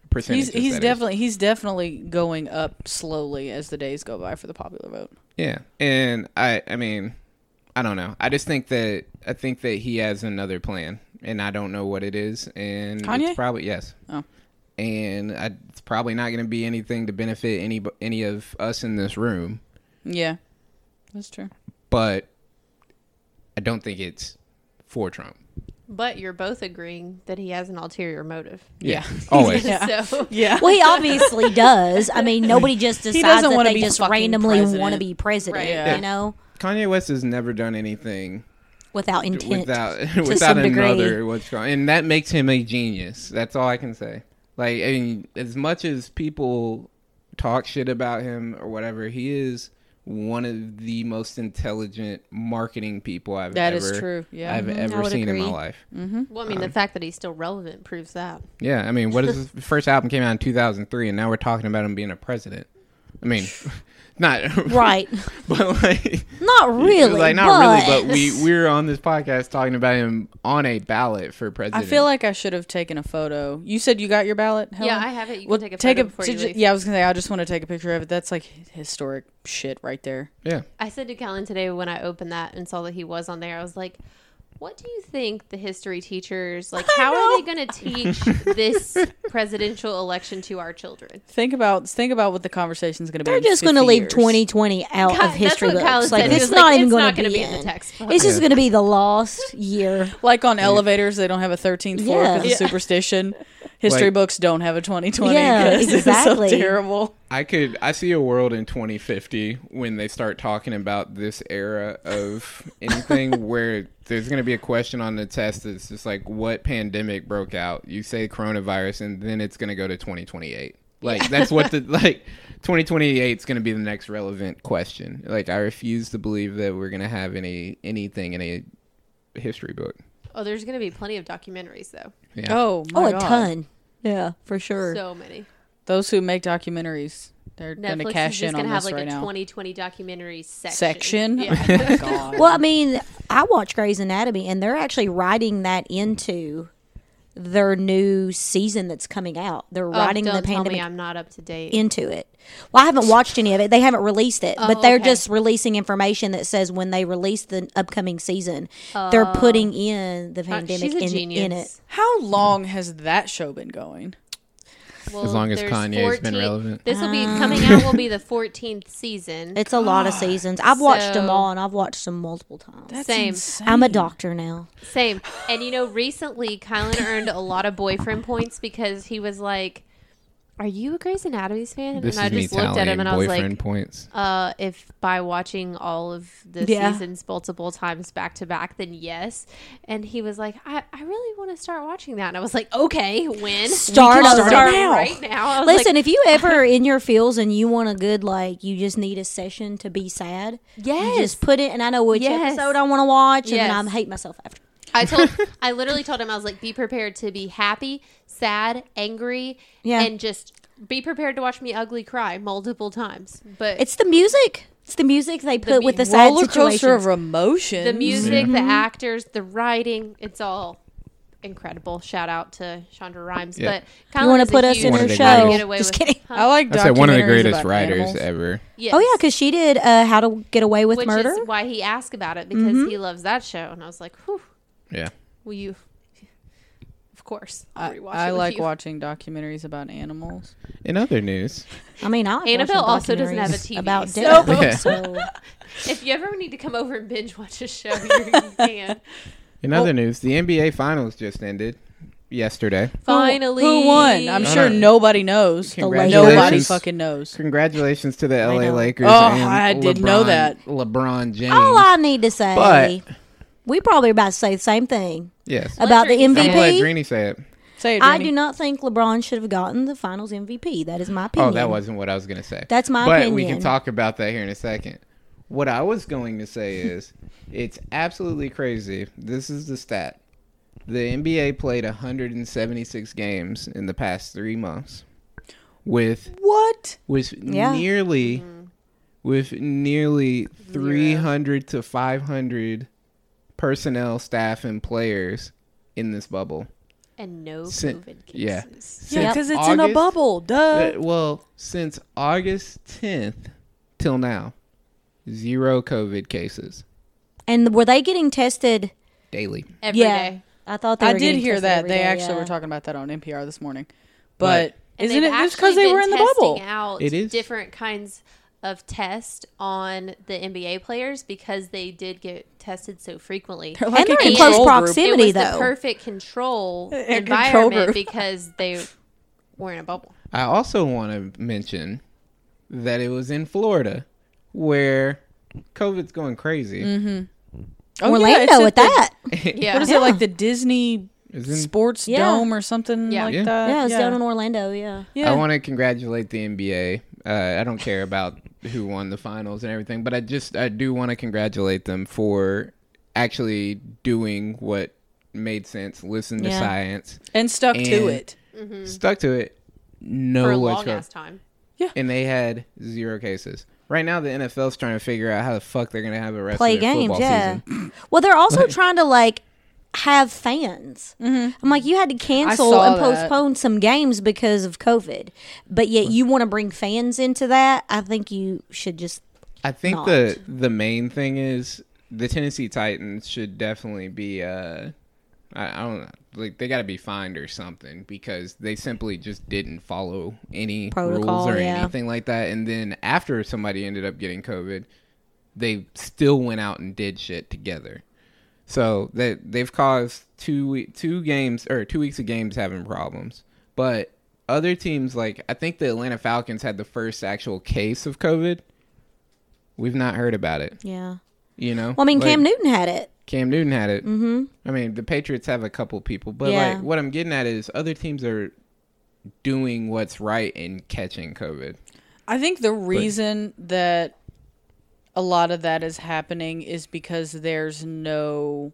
percentage He's he's definitely he's definitely going up slowly as the days go by for the popular vote. Yeah, and I, I mean, I don't know. I just think that I think that he has another plan, and I don't know what it is. And Kanye? it's probably yes. Oh. And I, it's probably not going to be anything to benefit any any of us in this room. Yeah, that's true. But I don't think it's for Trump. But you're both agreeing that he has an ulterior motive. Yeah. always. So Yeah, Well, he obviously does. I mean, nobody just decides doesn't that wanna they be just fucking randomly president. want to be president. Right. Yeah. You know, Kanye West has never done anything without intent. without to without some degree. another what's going and that makes him a genius that's all i can say like i mean as much as people talk shit about him or whatever he is one of the most intelligent marketing people i've That ever is true, yeah. i've Mhm, I ever would seen in my agree. Mm. life Well, I mean, Um, the fact that he's still relevant proves that. yeah i mean what is his first album came out in 2003 and now we're talking about him being a president i mean not right? but like Not really. like not but, really but we we're on this podcast talking about him on a ballot for I president feel like I should have taken a photo. You said you got your ballot. Helen? Yeah, I have it. You Well, can take a take photo a, before to you ju- leave. yeah. I was gonna say I just want to take a picture of it. That's like historic shit right there. yeah I said to Kellen today when I opened that and saw that he was on there, I was like, what do you think the history teachers like? How are they going to teach this presidential election to our children? Think about think about what the conversation's gonna be. They're in just going to 50 leave years. 2020 out Kyle- of history that's what Kyle books. Like said. He it's was not like, even it's going not to gonna be be in the in. textbook. It's just going to be the lost year. Like on elevators, they don't have a 13th floor Yeah. because of superstition. History Like- books don't have a 2020 Yeah, because exactly. it's so terrible. I could I see a world in 2050 when they start talking about this era of anything where there's going to be a question on the test that's just like what pandemic broke out. You say coronavirus and then it's going to go to 2028. Like that's what the like 2028 is going to be the next relevant question. Like I refuse to believe that we're going to have any anything in a history book. Oh, there's going to be plenty of documentaries, though. Yeah. Oh, my Oh, a God. ton. Yeah, for sure. So many. Those who make documentaries, they're going to Netflix cash is in just on going to have this like right a now. 2020 documentary section. Section? Yeah. Oh, my God. Well, I mean, I watch Grey's Anatomy, and they're actually writing that into their new season that's coming out. They're writing oh, the don't tell me pandemic I'm not up to date. into it. Well, I haven't watched any of it. They haven't released it, but they're Oh, okay. just releasing information that says when they release the upcoming season, they're putting in the Uh, pandemic Oh. she's a in, genius. in it. How long has that show been going? Well, As long as there's Kanye's been 14 relevant. This will be Ah. coming out. Will be the 14th season. It's a lot of seasons. I've watched them So- all, and I've watched them multiple times. That's Same. insane. I'm a doctor now. Same. And you know, recently Kylan earned a lot of boyfriend points because he was like, "Are you a Grey's Anatomy fan?" This and I is me just looked at tallying him and I was boyfriend like, points. uh, "If by watching all of the Yeah. seasons multiple times back to back, then yes." And he was like, "I, I really want to start watching that." And I was like, "Okay, when?" Start I'll over. start now. right now. I was Listen, like, if you ever in your feels and you want a good like, you just need a session to be sad. Yes. you just put it, and I know which Yes. episode I want to watch, and Yes. then I hate myself after. I told, I literally told him, I was like, "Be prepared to be happy, sad, angry, Yeah. and just." Be prepared to watch me ugly cry multiple times, but It's the music. It's the music they put with mu- the sad roller coaster situations. of emotions. the music, the actors, the writing, it's all incredible. Shout out to Chandra Rhimes. Yeah. But Kylan you want is to a put us huge in One her of the greatest- show? Get away Just with- kidding. Huh? I like I said one of the documentaries greatest about writers animals. ever. Yes. Oh yeah, because she did uh, how to get away with Which murder. Mm-hmm. is why he asked about it because he loves that show. And I was like, whew, Yeah. will you? Of course. I'll I, rewatch I it with like you. watching documentaries about animals. In other news, I mean, I like Annabelle watching also doesn't have a documentaries TV, about so- death. Yeah. So If you ever need to come over and binge watch a show, you can. in other news, the NBA Finals just ended yesterday. Finally. who won? I'm I sure don't- nobody knows. Congratulations. Nobody fucking knows. Congratulations to the LA know. Lakers. Oh, and I didn't know LeBron- that. LeBron James. all I need to say, But- we probably about to say the same thing yes. about the Greeny say I'm glad MVP. Greeny said it. Say it, I Jenny. do not think LeBron should have gotten the Finals MVP. That is my opinion. Oh, that wasn't what I was going to say. That's my but we opinion. can talk about that here in a second. What I was going to say is it's absolutely crazy. This is the stat. The NBA played 176 games in the past 3 months with What? with Yeah. nearly Mm-hmm. with nearly 300 to 500 personnel, staff and players in this bubble. And no Sin- COVID cases. yeah. Yeah, Since because it's in a August- bubble. Duh. uh, well, since August 10th till now, zero COVID cases And were they getting tested? daily. Every yeah, day. I thought they I were did getting hear tested that. every They day, actually yeah. were talking about that on NPR this morning. But And isn't it they've just because actually they were been in the bubble? testing Out It is. different kinds of test on the NBA players because they did get tested so frequently. They're And like a they're in control close group. It proximity, was though. the perfect control A- a control environment group. because they were in a bubble. I also want to mention that it was in Florida where COVID's going crazy. Mm-hmm. Oh, yeah, it's Orlando with the- that. Yeah. What is Yeah. it like the Disney It's in- Sports Yeah. Dome or something Yeah. like Yeah. that? Yeah, it was down in Orlando. Yeah. Yeah. I want to congratulate the NBA. Uh, I don't care about who won the finals and everything, but I just I do want to congratulate them for actually doing what made sense, listened to Yeah. science, and stuck to And- it. stuck to it. No for a what's long going- ass time. and they had zero cases. Right now, the NFL's trying to figure out how the fuck they're gonna have a rest play of their games. football Yeah. season. well, they're also trying to like have fans. I'm like, you had to cancel Mm-hmm. saw and that. postpone some games because of COVID, but yet you want to bring fans into that. I think you should just. I think Not. the the main thing is the Tennessee Titans should definitely be. Uh, I, I don't know. Like they got to be fined or something because they simply just didn't follow any Protocol, rules or yeah. anything like that. And then after somebody ended up getting COVID, they still went out and did shit together. So they they've caused two we- two games or two weeks of games having problems. But other teams like I think the Atlanta Falcons had the first actual case of COVID. We've not heard about it, Yeah. you know. Well, I mean, Like, Cam Newton had it. Cam Newton had it. Mm-hmm. I mean, the Patriots have a couple people, but Yeah. like what I'm getting at is other teams are doing what's right in catching COVID. I think the reason that a lot of that is happening is because there's no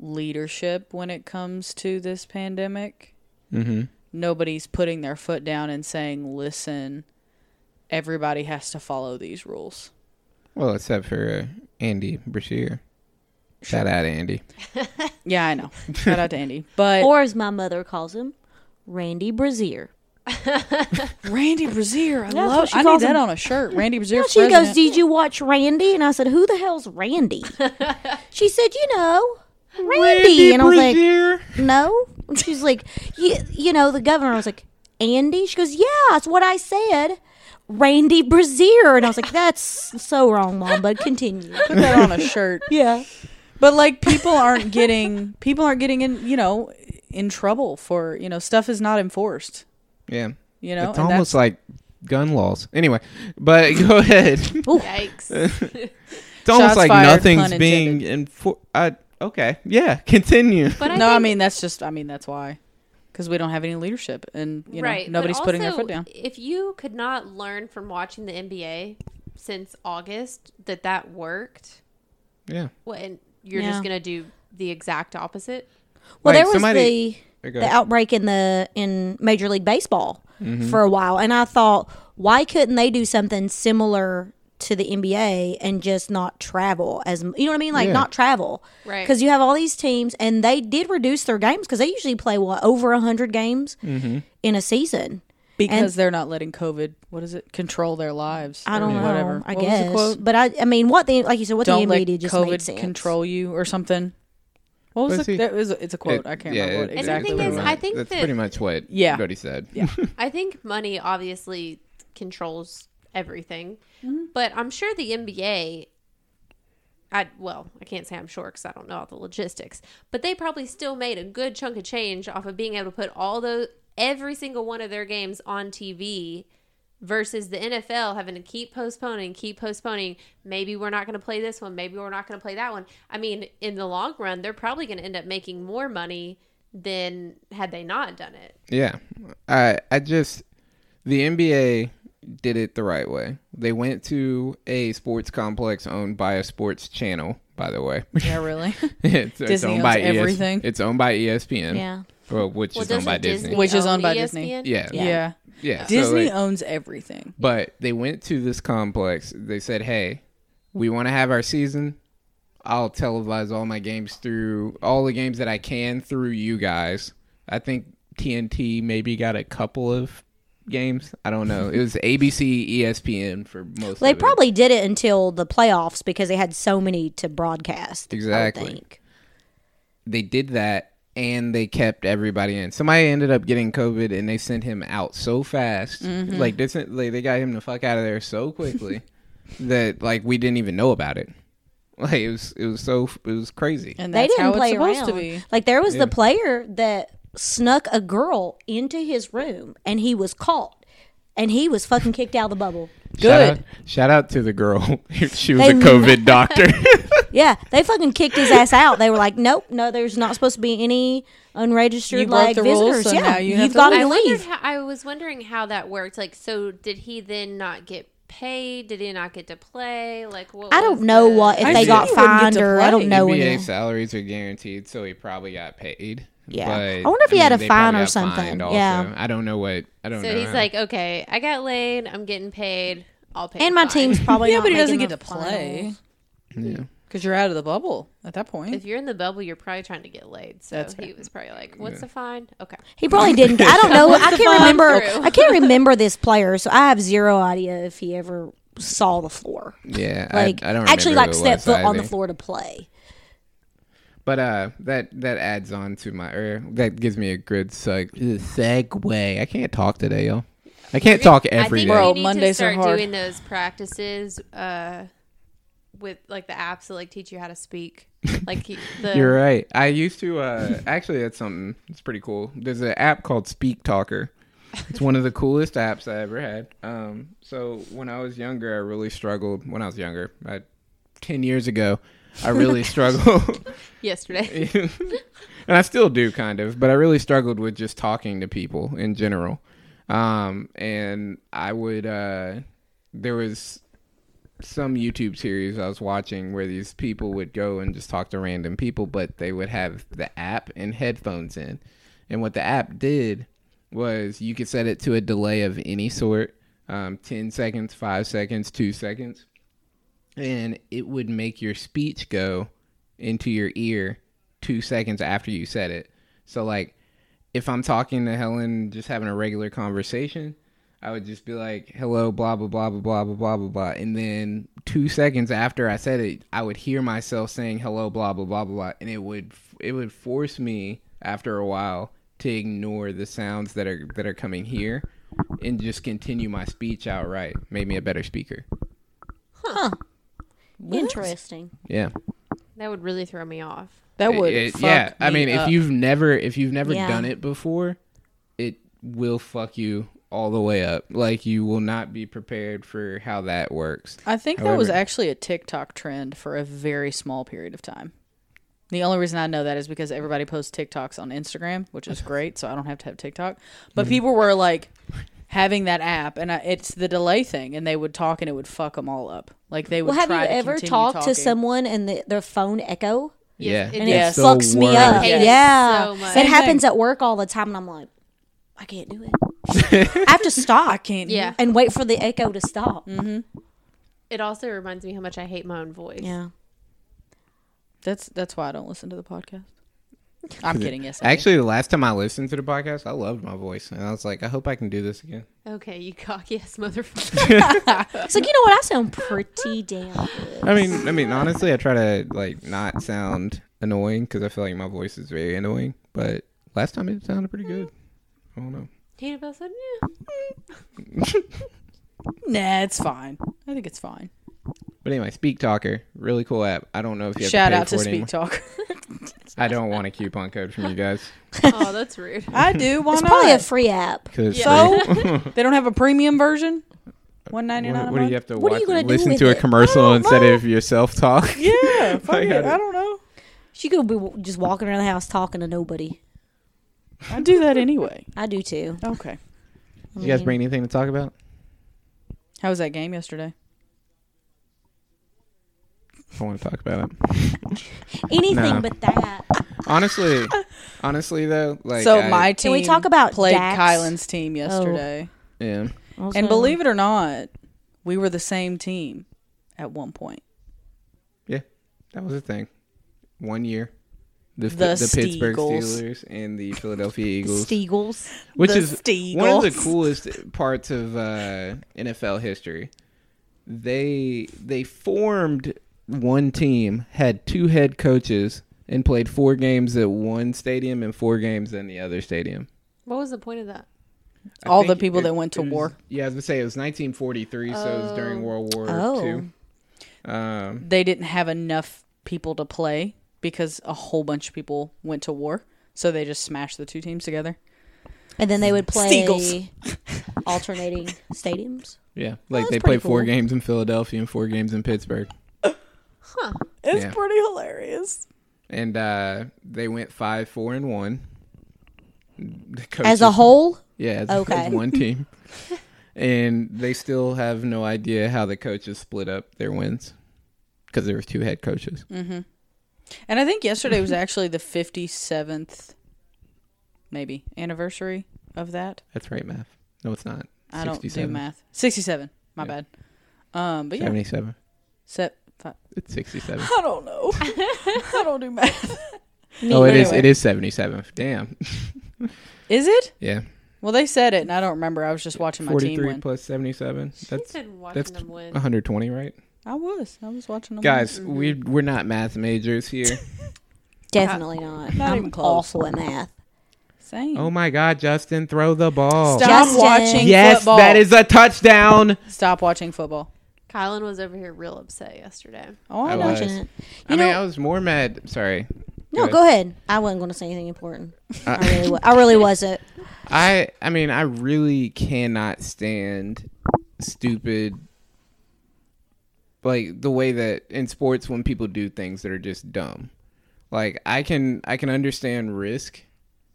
leadership when it comes to this pandemic. Mm-hmm. Nobody's putting their foot down and saying, listen, everybody has to follow these rules. Well, except for uh, Andy Brashear. Shout out, Andy. Yeah, I know. Shout out to Andy. But Or as my mother calls him, Randy Brazier. Randy Brazier, I That's love. what she I need calls that him. on a shirt. Randy Brazier. Now she goes, president. Did you watch Randy? And I said, Who the hell's Randy? she said, You know, Randy. and I was like, No. And she's like, you, you know, the governor. I was like, Andy? She goes, Yeah, that's what I said. Randy Brazier. And I was like, That's so wrong, Mom, but continue. Put that on a shirt. Yeah. But like people aren't getting people aren't getting in you know in trouble for you know stuff is not enforced. yeah. You know, it's and almost that's- like gun laws. Anyway, but go ahead. it's Yikes. almost Shots like fired, nothing's pun being enforced. Okay, yeah, continue. But I no, I think- mean that's just I mean that's why because we don't have any leadership and you know right, nobody's but putting their also, foot down. If you could not learn from watching the NBA since August that that worked, yeah. what, and you're Yeah. just gonna do the exact opposite. Well, Like, there was somebody- There the you the go. outbreak in the in Major League Baseball Mm-hmm. for a while, and I thought, why couldn't they do something similar to the NBA and just not travel as m- you know what I mean, like Yeah. not travel, Right. Because you have all these teams, and they did reduce their games because they usually play what over hundred games Mm-hmm. in a season. because they're not letting COVID, what is it, control their lives? I or don't know, Whatever. I What was the guess, quote? but I, I mean, what the like you said, what Don't the let NBA did just made COVID sense. control you or something. What But was the? see- That was, it's a quote. It- I can't yeah, remember what it- exactly. thing what it is, was. I think that's that- pretty much what Yeah. Brody said. I think money obviously controls everything, but I'm sure the NBA. I well, I can't say I'm sure because I don't know all the logistics, but they probably still made a good chunk of change off of being able to put all those every single one of their games on TV versus the NFL having to keep postponing, keep postponing. Maybe we're not going to play this one. Maybe we're not going to play that one. I mean, in the long run, they're probably going to end up making more money than had they not done it. Yeah. I I just the NBA did it the right way. They went to a sports complex owned by a sports channel, by the way. yeah, really. it's, it's Disney owned by E owns ES everything. It's owned by E ESPN. Yeah. Well, which is owned doesn't by Disney. Which is own owned by Disney. ESPN? Yeah. yeah. Yeah. Yeah. So, Disney like- owns everything. but they went to this complex. They said, "Hey, we want to have our season. I'll televise all my games through all the games that I can through you guys. I think TNT maybe got a couple of games. I don't know. it was ABC, ESPN for most. They of it. probably did it until the playoffs because they had so many to broadcast. I would Exactly. think. they did that and they kept everybody in. Somebody ended up getting COVID and they sent him out so fast. Mm-hmm. Like this, like they got him the fuck out of there so quickly that like we didn't even know about it. Like it was, it was so, it was crazy. And they that's didn't how play it's supposed around. to be. Like there was the player that snuck a girl into his room, and he was caught, and he was fucking kicked out of the bubble. Shout Good. out, shout out to the girl. she was They- a COVID doctor. Yeah, they fucking kicked his ass out. They were like, "Nope, no, there's not supposed to be any unregistered You broke like the rules, visitors. so yeah, now you have have to got leave." to I wondered leave." how, I was wondering how that worked. Like, so did he then not get paid? Did he not get to play? Like, what? I don't was know the- what if I they see. got You wouldn't get fined to or I play. don't know. NBA any- salaries are guaranteed, so he probably got paid. Yeah. But, I wonder if he had a they fine probably or got something. fined Yeah. also. I don't know what. I don't So know. he's how- like, okay, I got laid. I'm getting paid. I'll pay. And my fine. team's probably Yeah, not but he doesn't making get to the play finals. yeah. because you're out of the bubble at that point. If you're in the bubble, you're probably trying to get laid. So That's he was probably like, "What's the fine?" Okay. He probably didn't. I don't know. I can't remember. through. I can't remember this player, so I have zero idea if he ever saw the floor. Yeah, Like I, I don't actually, remember who like it stepped was foot on the either. floor to play. But uh, that that adds on to my or that gives me a good seg- segue. I can't talk today, y'all. I can't talk every day. I think Bro, we need Mondays to are start hard. doing those practices uh, with like the apps that like teach you how to speak. Like he- the You're right. I used to uh, actually that's something that's pretty cool. There's an app called Speak Talker. It's one of the coolest apps I ever had. Um, so when I was younger, I really struggled. When I was younger, I, ten years ago, I really struggled. yesterday. and I still do kind of, but I really struggled with just talking to people in general. Um, and I would, uh, there was some YouTube series I was watching where these people would go and just talk to random people, but they would have the app and headphones in. And what the app did was you could set it to a delay of any sort um, 10 seconds, 5 seconds, 2 seconds and it would make your speech go into your ear two seconds after you said it. So like, if I'm talking to Helen, just having a regular conversation, I would just be like, "Hello, blah blah blah blah blah blah blah blah," blah. and then two seconds after I said it, I would hear myself saying, "Hello, blah blah blah blah," blah, and it would it would force me after a while to ignore the sounds that are that are coming here and just continue my speech outright. Made me a better speaker. Huh. Interesting. Yeah. That would really throw me off. That would. It- fuck yeah i me mean up. if you've never if you've never Yeah. done it before it will fuck you all the way up like you will not be prepared for how that works I think that was However- actually a TikTok trend for a very small period of time. The only reason I know that is because everybody posts TikToks on Instagram, which is great, so I don't have to have TikTok. But Mm-hmm. people were like having that app, and I, it's the delay thing, and they would talk, and it would fuck them all up. Like they would. Well, have you try to ever continue talked talking. to someone and the, their phone echo? Yes, yeah it And Yes. it The fucks me worst. up. Yes. Yeah. So much. it Same happens thing. at work all the time, and I'm like, I can't do it. I have to stop. I can't. Mm. Yeah. And wait for the echo to stop. It also reminds me how much I hate my own voice. Yeah. That's that's why I don't listen to the podcast. I'm kidding. Yes, I do. actually the last time i listened to the podcast i loved my voice and i was like i hope i can do this again Okay, you cocky ass motherfucker. It's like you know what? I sound pretty damn good. i mean i mean honestly i try to like not sound annoying because i feel like my voice is very annoying but last time it sounded pretty good i don't know Annabelle said, "Yeah." Nah, it's fine. I think it's fine. but anyway speak talker really cool app i don't know if you have Shout to pay out to for it anymore. Speak Talk. i don't want a coupon code from you guys Oh, that's rude. I do. Why It's not? probably a free app. because So they don't have a premium version. One ninety Uh, What, nine. what do you have to What are watch? you gonna do listen with to a it? Oh, commercial I don't instead know. of yourself talk? Yeah, fuck I it. got it. I don't know. She could be w- just walking around the house talking to nobody. I do that anyway. I do too. Okay. you guys bring anything to talk about? How was that game yesterday? I want to talk about it. Anything No. but that. Honestly, honestly though, like so I- my team. Can we talk about played Dax? Oh. Mm. Kylan's team yesterday? yeah, And believe it or not, we were the same team at one point. yeah, that was a thing. One year, the The the, Pittsburgh Steagles. Steelers and the Philadelphia Eagles, Steagles. which The is one of the Steagles. coolest parts of uh, NFL history. They they formed one team, had two head coaches, and played four games at one stadium and four games in the other stadium. What was the point of that? I All the think people that went to was- war. Yeah, I was gonna say it was 1943, so it was during World War Oh. Two. Um, They didn't have enough people to play because a whole bunch of people went to war, so they just smashed the two teams together. And then they would play Steagles. alternating stadiums. yeah, like that's they pretty played four cool. games in Philadelphia and four games in Pittsburgh, It's Yeah. pretty hilarious. and uh, they went five, four, and one. The As coaches- a whole, yeah, as, Okay. as one team, and they still have no idea how the coaches split up their wins because there was two head coaches. Mm. And I think yesterday was actually the 57th, maybe, anniversary of that. That's right, math. No, it's not. I don't do math. 67. My Yeah. bad. Um, but yeah. Seventy-seven. Set, fi- It's sixty-seven. I don't know. I don't do math. oh, it but is. anyway. It is seventy-seven. Damn. Is it? Yeah. Well, they said it, and I don't remember. I was just watching my team 43 win. plus 77 that's said watching that's uh. them win. 120 right I was. I was watching them. guys we we're not math majors here definitely not. Not I'm even close. awful at math. Same. oh my god justin throw the ball Stop Justin. watching yes football. that is a touchdown Stop watching football. Kylan was over here real upset yesterday. Oh, I I know. was. Watching it. i mean You know, i was more mad sorry no, go ahead. I wasn't going to say anything important. Uh, I really, wa- I really wasn't. i i mean i really cannot stand stupid like the way that in sports when people do things that are just dumb like i can i can understand risk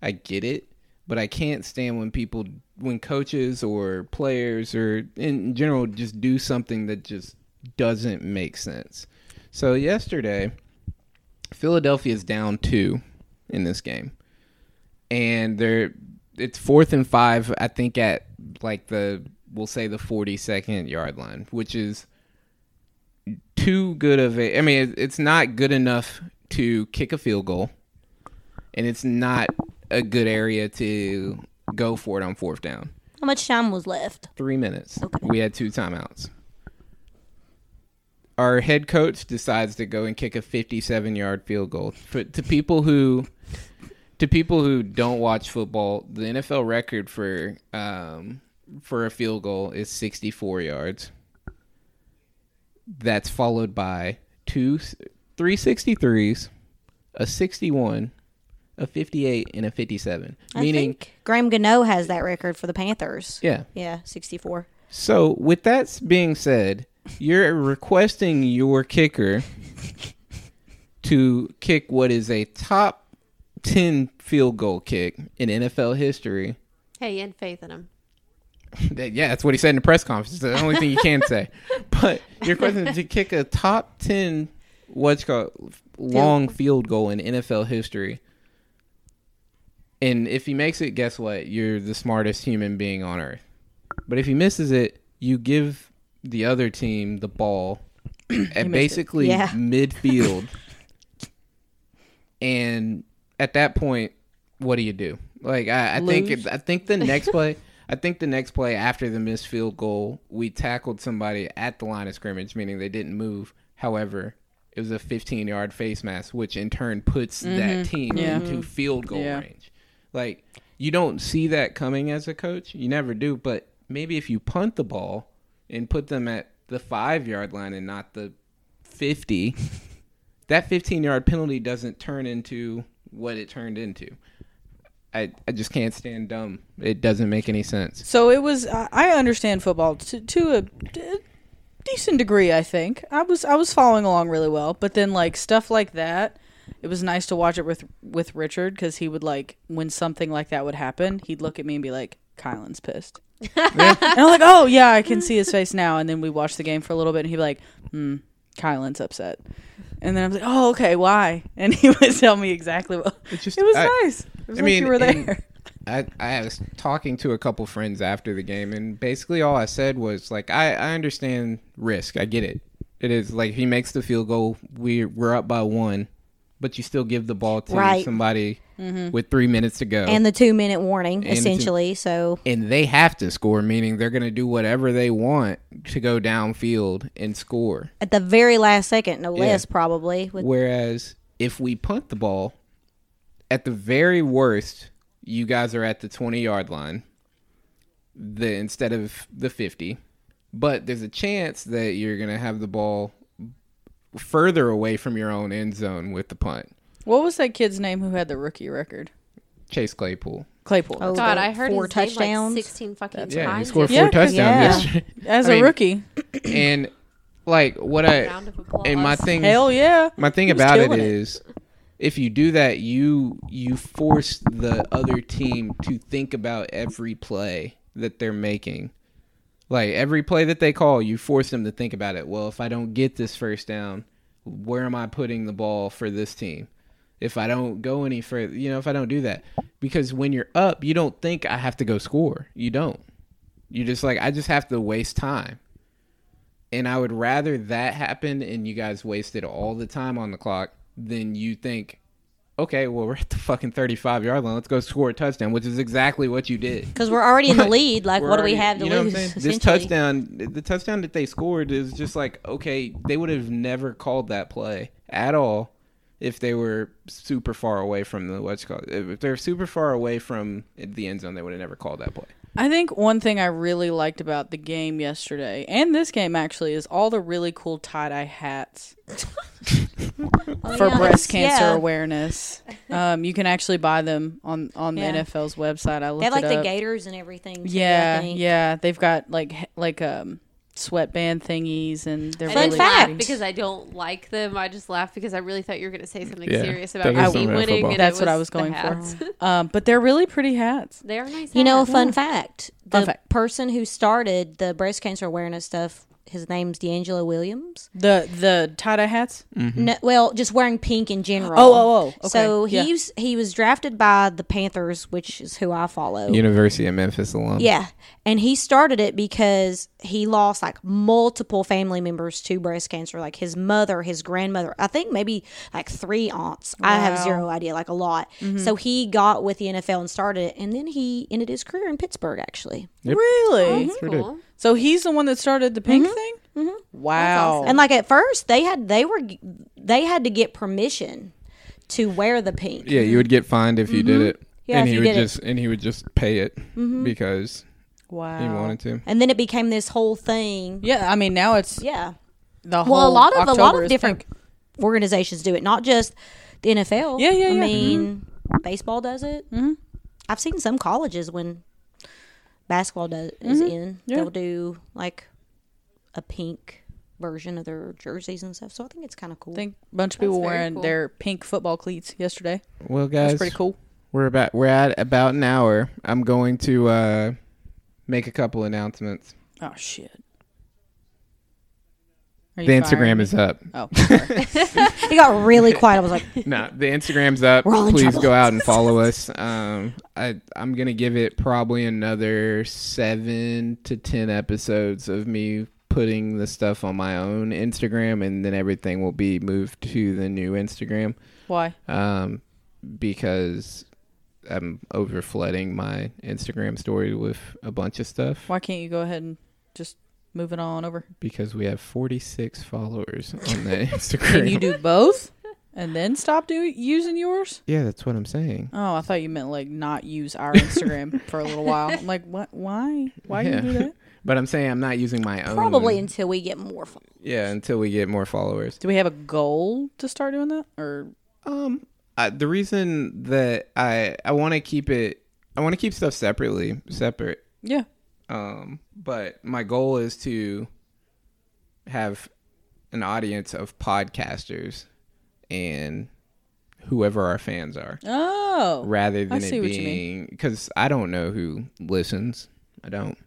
i get it but i can't stand when people when coaches or players or in general just do something that just doesn't make sense so yesterday philadelphia's down two in this game and they're it's fourth and five i think at like the we'll say the 42nd yard line which is too good of a. I mean, it- it's not good enough to kick a field goal, and it's not a good area to go for it on fourth down. How much time was left? Three minutes. Okay. We had two timeouts. Our head coach decides to go and kick a 57-yard field goal. For, to people who, to people who don't watch football, the NFL record for um, for a field goal is 64 yards. That's followed by two, three 63s, a 61, a 58, and a 57. I Meaning, think Graham Gano has that record for the Panthers. yeah. Yeah, 64. So, with that s- being said, you're requesting your kicker to kick what is a top 10 field goal kick in NFL history. Hey, and faith in him. That- yeah, that's what he said in the press conference. It's the only thing you can say. But your question to kick a top ten what's called long field goal in NFL history. And if he makes it, guess what? You're the smartest human being on earth. But if he misses it, you give the other team the ball at basically Yeah. midfield. and at that point, what do you do? Like I, I think Lose? I think the next play I think the next play after the missed field goal, we tackled somebody at the line of scrimmage, meaning they didn't move. However, it was a 15 yard face mask, which in turn puts that team Mm-hmm. Yeah. into field goal Yeah. range. Like you don't see that coming as a coach, you never do. But maybe if you punt the ball and put them at the five yard line and not the 50, that 15 yard penalty doesn't turn into what it turned into. I, I just can't stand dumb. It doesn't make any sense. So it was. I I understand football to, to a d- decent degree. I think I was I was following along really well, but then like stuff like that, it was nice to watch it with with Richard because he would like when something like that would happen, he'd look at me and be like, "Kylan's pissed," and I'm like, "Oh yeah, I can see his face now." And then we watched the game for a little bit, and he'd be like, "Hmm, Kylan's upset," and then I'm like, "Oh okay, why?" And he would tell me exactly what. just- it was I- nice. It was I like mean, you were and- there. I, I was talking to a couple friends after the game, and basically all I said was like, I, I understand risk. I get it. It is like if he makes the field goal, we we're up by one, but you still give the ball to Right. somebody Mm-hmm. with three minutes to go, And the two minute warning, Oh. the two- essentially. So and they have to score, meaning they're going to do whatever they want to go downfield and score. at the very last second, no less, probably. With, Whereas if we punt the ball, at the very worst, you guys are at the 20 yard line the instead of the 50. But there's a chance that you're going to have the ball further away from your own end zone with the punt. What was that kid's name who had the rookie record? Chase Claypool. Claypool. Oh, God, the I heard four his name, like, touchdowns. sixteen fucking Yeah, he times. scored four Yeah, 'cause- touchdowns yeah. yesterday. As I a mean- rookie. And like what Round I of applause. and my thing Hell yeah. mm. My thing He was about it killing it. is, if you do that, you you force the other team to think about every play that they're making. Like every play that they call, you force them to think about it. Well, if I don't get this first down, where am I putting the ball for this team? If I don't go any further, you know, if I don't do that, because when you're up, you don't think I have to go score. You don't. You just like I just have to waste time and I would rather that happen and you guys wasted all the time on the clock than you think, okay, well we're at the fucking thirty-five yard line, let's go score a touchdown, which is exactly what you did. Because we're already in the lead. Like, We're what do we already- have to you know what I'm lose? saying? This essentially? touchdown, the touchdown that they scored is just like okay, they would have never called that play at all if they were super far away from the what's called if they're super far away from the end zone, they would have never called that play. I think one thing I really liked about the game yesterday and this game actually is all the really cool tie dye hats for Oh, yeah. breast cancer Yeah. awareness. Um, you can actually buy them on, on Yeah. the NFL's website. I looked They had, like it the up. Gators and everything. too, I Yeah, think. yeah. They've got like he- like um sweatband thingies and they're I really didn't laugh pretty. because I don't like them. I just laughed because I really thought you were going to say something Yeah, serious that about was your something team about winning. football. and it That's what I was was the going for. hats. um, but they're really pretty hats. they are nice. You know, a hats. fun fact the fact. person who started the breast cancer awareness stuff his name's D'Angelo Williams. The the tie dye hats. No, well, just wearing pink in general. Mm-hmm. Oh, oh, oh, So okay, yeah. he was he was drafted by the Panthers, which is who I follow. University of Memphis alum. Yeah. And he started it because he lost like multiple family members to breast cancer, like his mother, his grandmother, I think maybe like three aunts. I have zero idea, like a lot. So he got with the NFL and started it. And then he ended his career in Pittsburgh, actually. Mm-hmm. Really? Sure did. Cool. So he's the one that started the pink thing. Wow. And like at first, they had, they were, they had to get permission to wear the pink. Yeah, you would get fined if you did it. Mm-hmm. Yeah, and if he you would did it. Mm-hmm. just and he would just pay it because wow. he wanted to. And then it became this whole thing. Yeah, I mean now it's Yeah. the whole. Well, a lot of a lot October of is different pink. organizations do it, not just the NFL. Yeah, yeah, I yeah. mean, baseball does it. Mm-hmm. I've seen some colleges when basketball does is in, Mm-hmm. Yeah. they'll do like a pink version of their jerseys and stuff. So I think it's kind of cool. I think a bunch of people very wearing cool. their pink football cleats yesterday. Well, guys, That's pretty cool. We're about we're at about an hour. I'm going to uh, make a couple announcements. Oh shit. Are you The firing Instagram me? is up. Oh, sorry. it got really quiet. I was like, no, the Instagram's up. We're all in Please trouble. go out and follow us. Um, I I'm gonna give it probably another seven to ten episodes of me putting the stuff on my own Instagram, and then everything will be moved to the new Instagram. why? um, because I'm over flooding my Instagram story with a bunch of stuff Why can't you go ahead and just move it on over? because we have 46 followers on the Can Instagram. you do both and then stop do- using yours? yeah, that's what I'm saying. Oh, I thought you meant like not use our Instagram for a little while. I'm like, what? Why? Why Yeah. you do that? But I'm saying I'm not using my own. probably until we get more. fo- Yeah, until we get more followers. Do we have a goal to start doing that, or Um, uh, the reason that I I want to keep it, I want to keep stuff separately, separate. yeah? Um, but my goal is to have an audience of podcasters and whoever our fans are, Oh, rather than see it what you mean. being because I don't know who listens. I don't.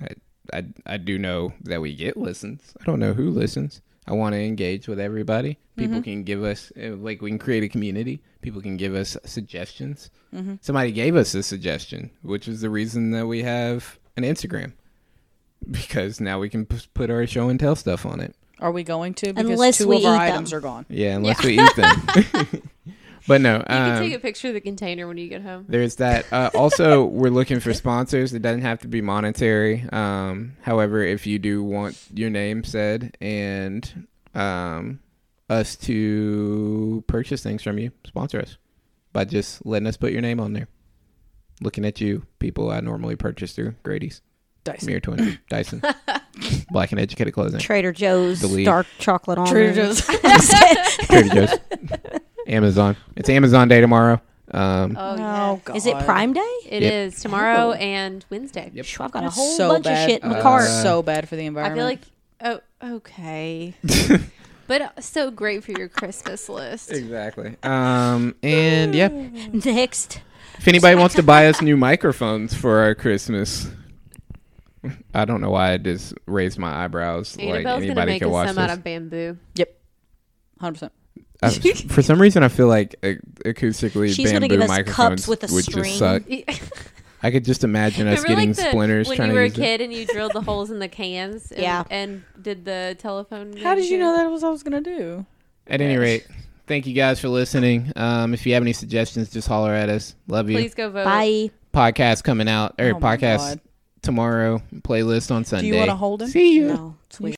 I, I I do know that we get listens. I don't know who listens. I want to engage with everybody. People Mm-hmm. can give us uh, like we can create a community. People can give us suggestions. Mm-hmm. Somebody gave us a suggestion, which is the reason that we have an Instagram because now we can p- put our show and tell stuff on it. are we going to? Because Unless two we of our eat items them. are gone. Yeah, unless we eat them. but no, You can um, take a picture of the container when you get home. There's that. Uh, also, we're looking for sponsors. It doesn't have to be monetary. Um, however, if you do want your name said and um, us to purchase things from you, sponsor us by just letting us put your name on there. Looking at you, people I normally purchase through Grady's, Dice. Mirror Twin, Dyson, Black and Educated Clothing, Trader Joe's Delete. dark chocolate almond. Trader Joe's. Trader Joe's, Amazon. It's Amazon Day tomorrow. Um, Oh, yeah. Oh, God. Is it Prime Day? It is Yep. tomorrow Oh. and Wednesday. Yep. Phew, I've got That's a whole so bunch bad. of shit in my Uh, cart. So bad for the I environment. feel like oh okay, but uh, so great for your Christmas list. exactly. Um, and yeah. Uh, Next. If anybody wants to buy us new microphones for our Christmas, I don't know why I just raised my eyebrows. like Annabelle's gonna anybody make can us watch some this. out of bamboo. yep, hundred percent. Uh, s- for some reason, I feel like ac- acoustically She's gonna bamboo give us microphones cups with a would string. just suck. Remember, I could just imagine us getting like the, splinters when trying you to were a use it. kid and you drilled the holes in the cans. And, Yeah. and did the telephone. How did you thing? know that was what I was gonna do? At any rate, thank you guys for listening. Um, if you have any suggestions, just holler at us. Love you. Please go vote. Bye. Podcast coming out or Oh my podcast God. tomorrow. Playlist on Sunday. you wanna hold him? See you. No, it's weird.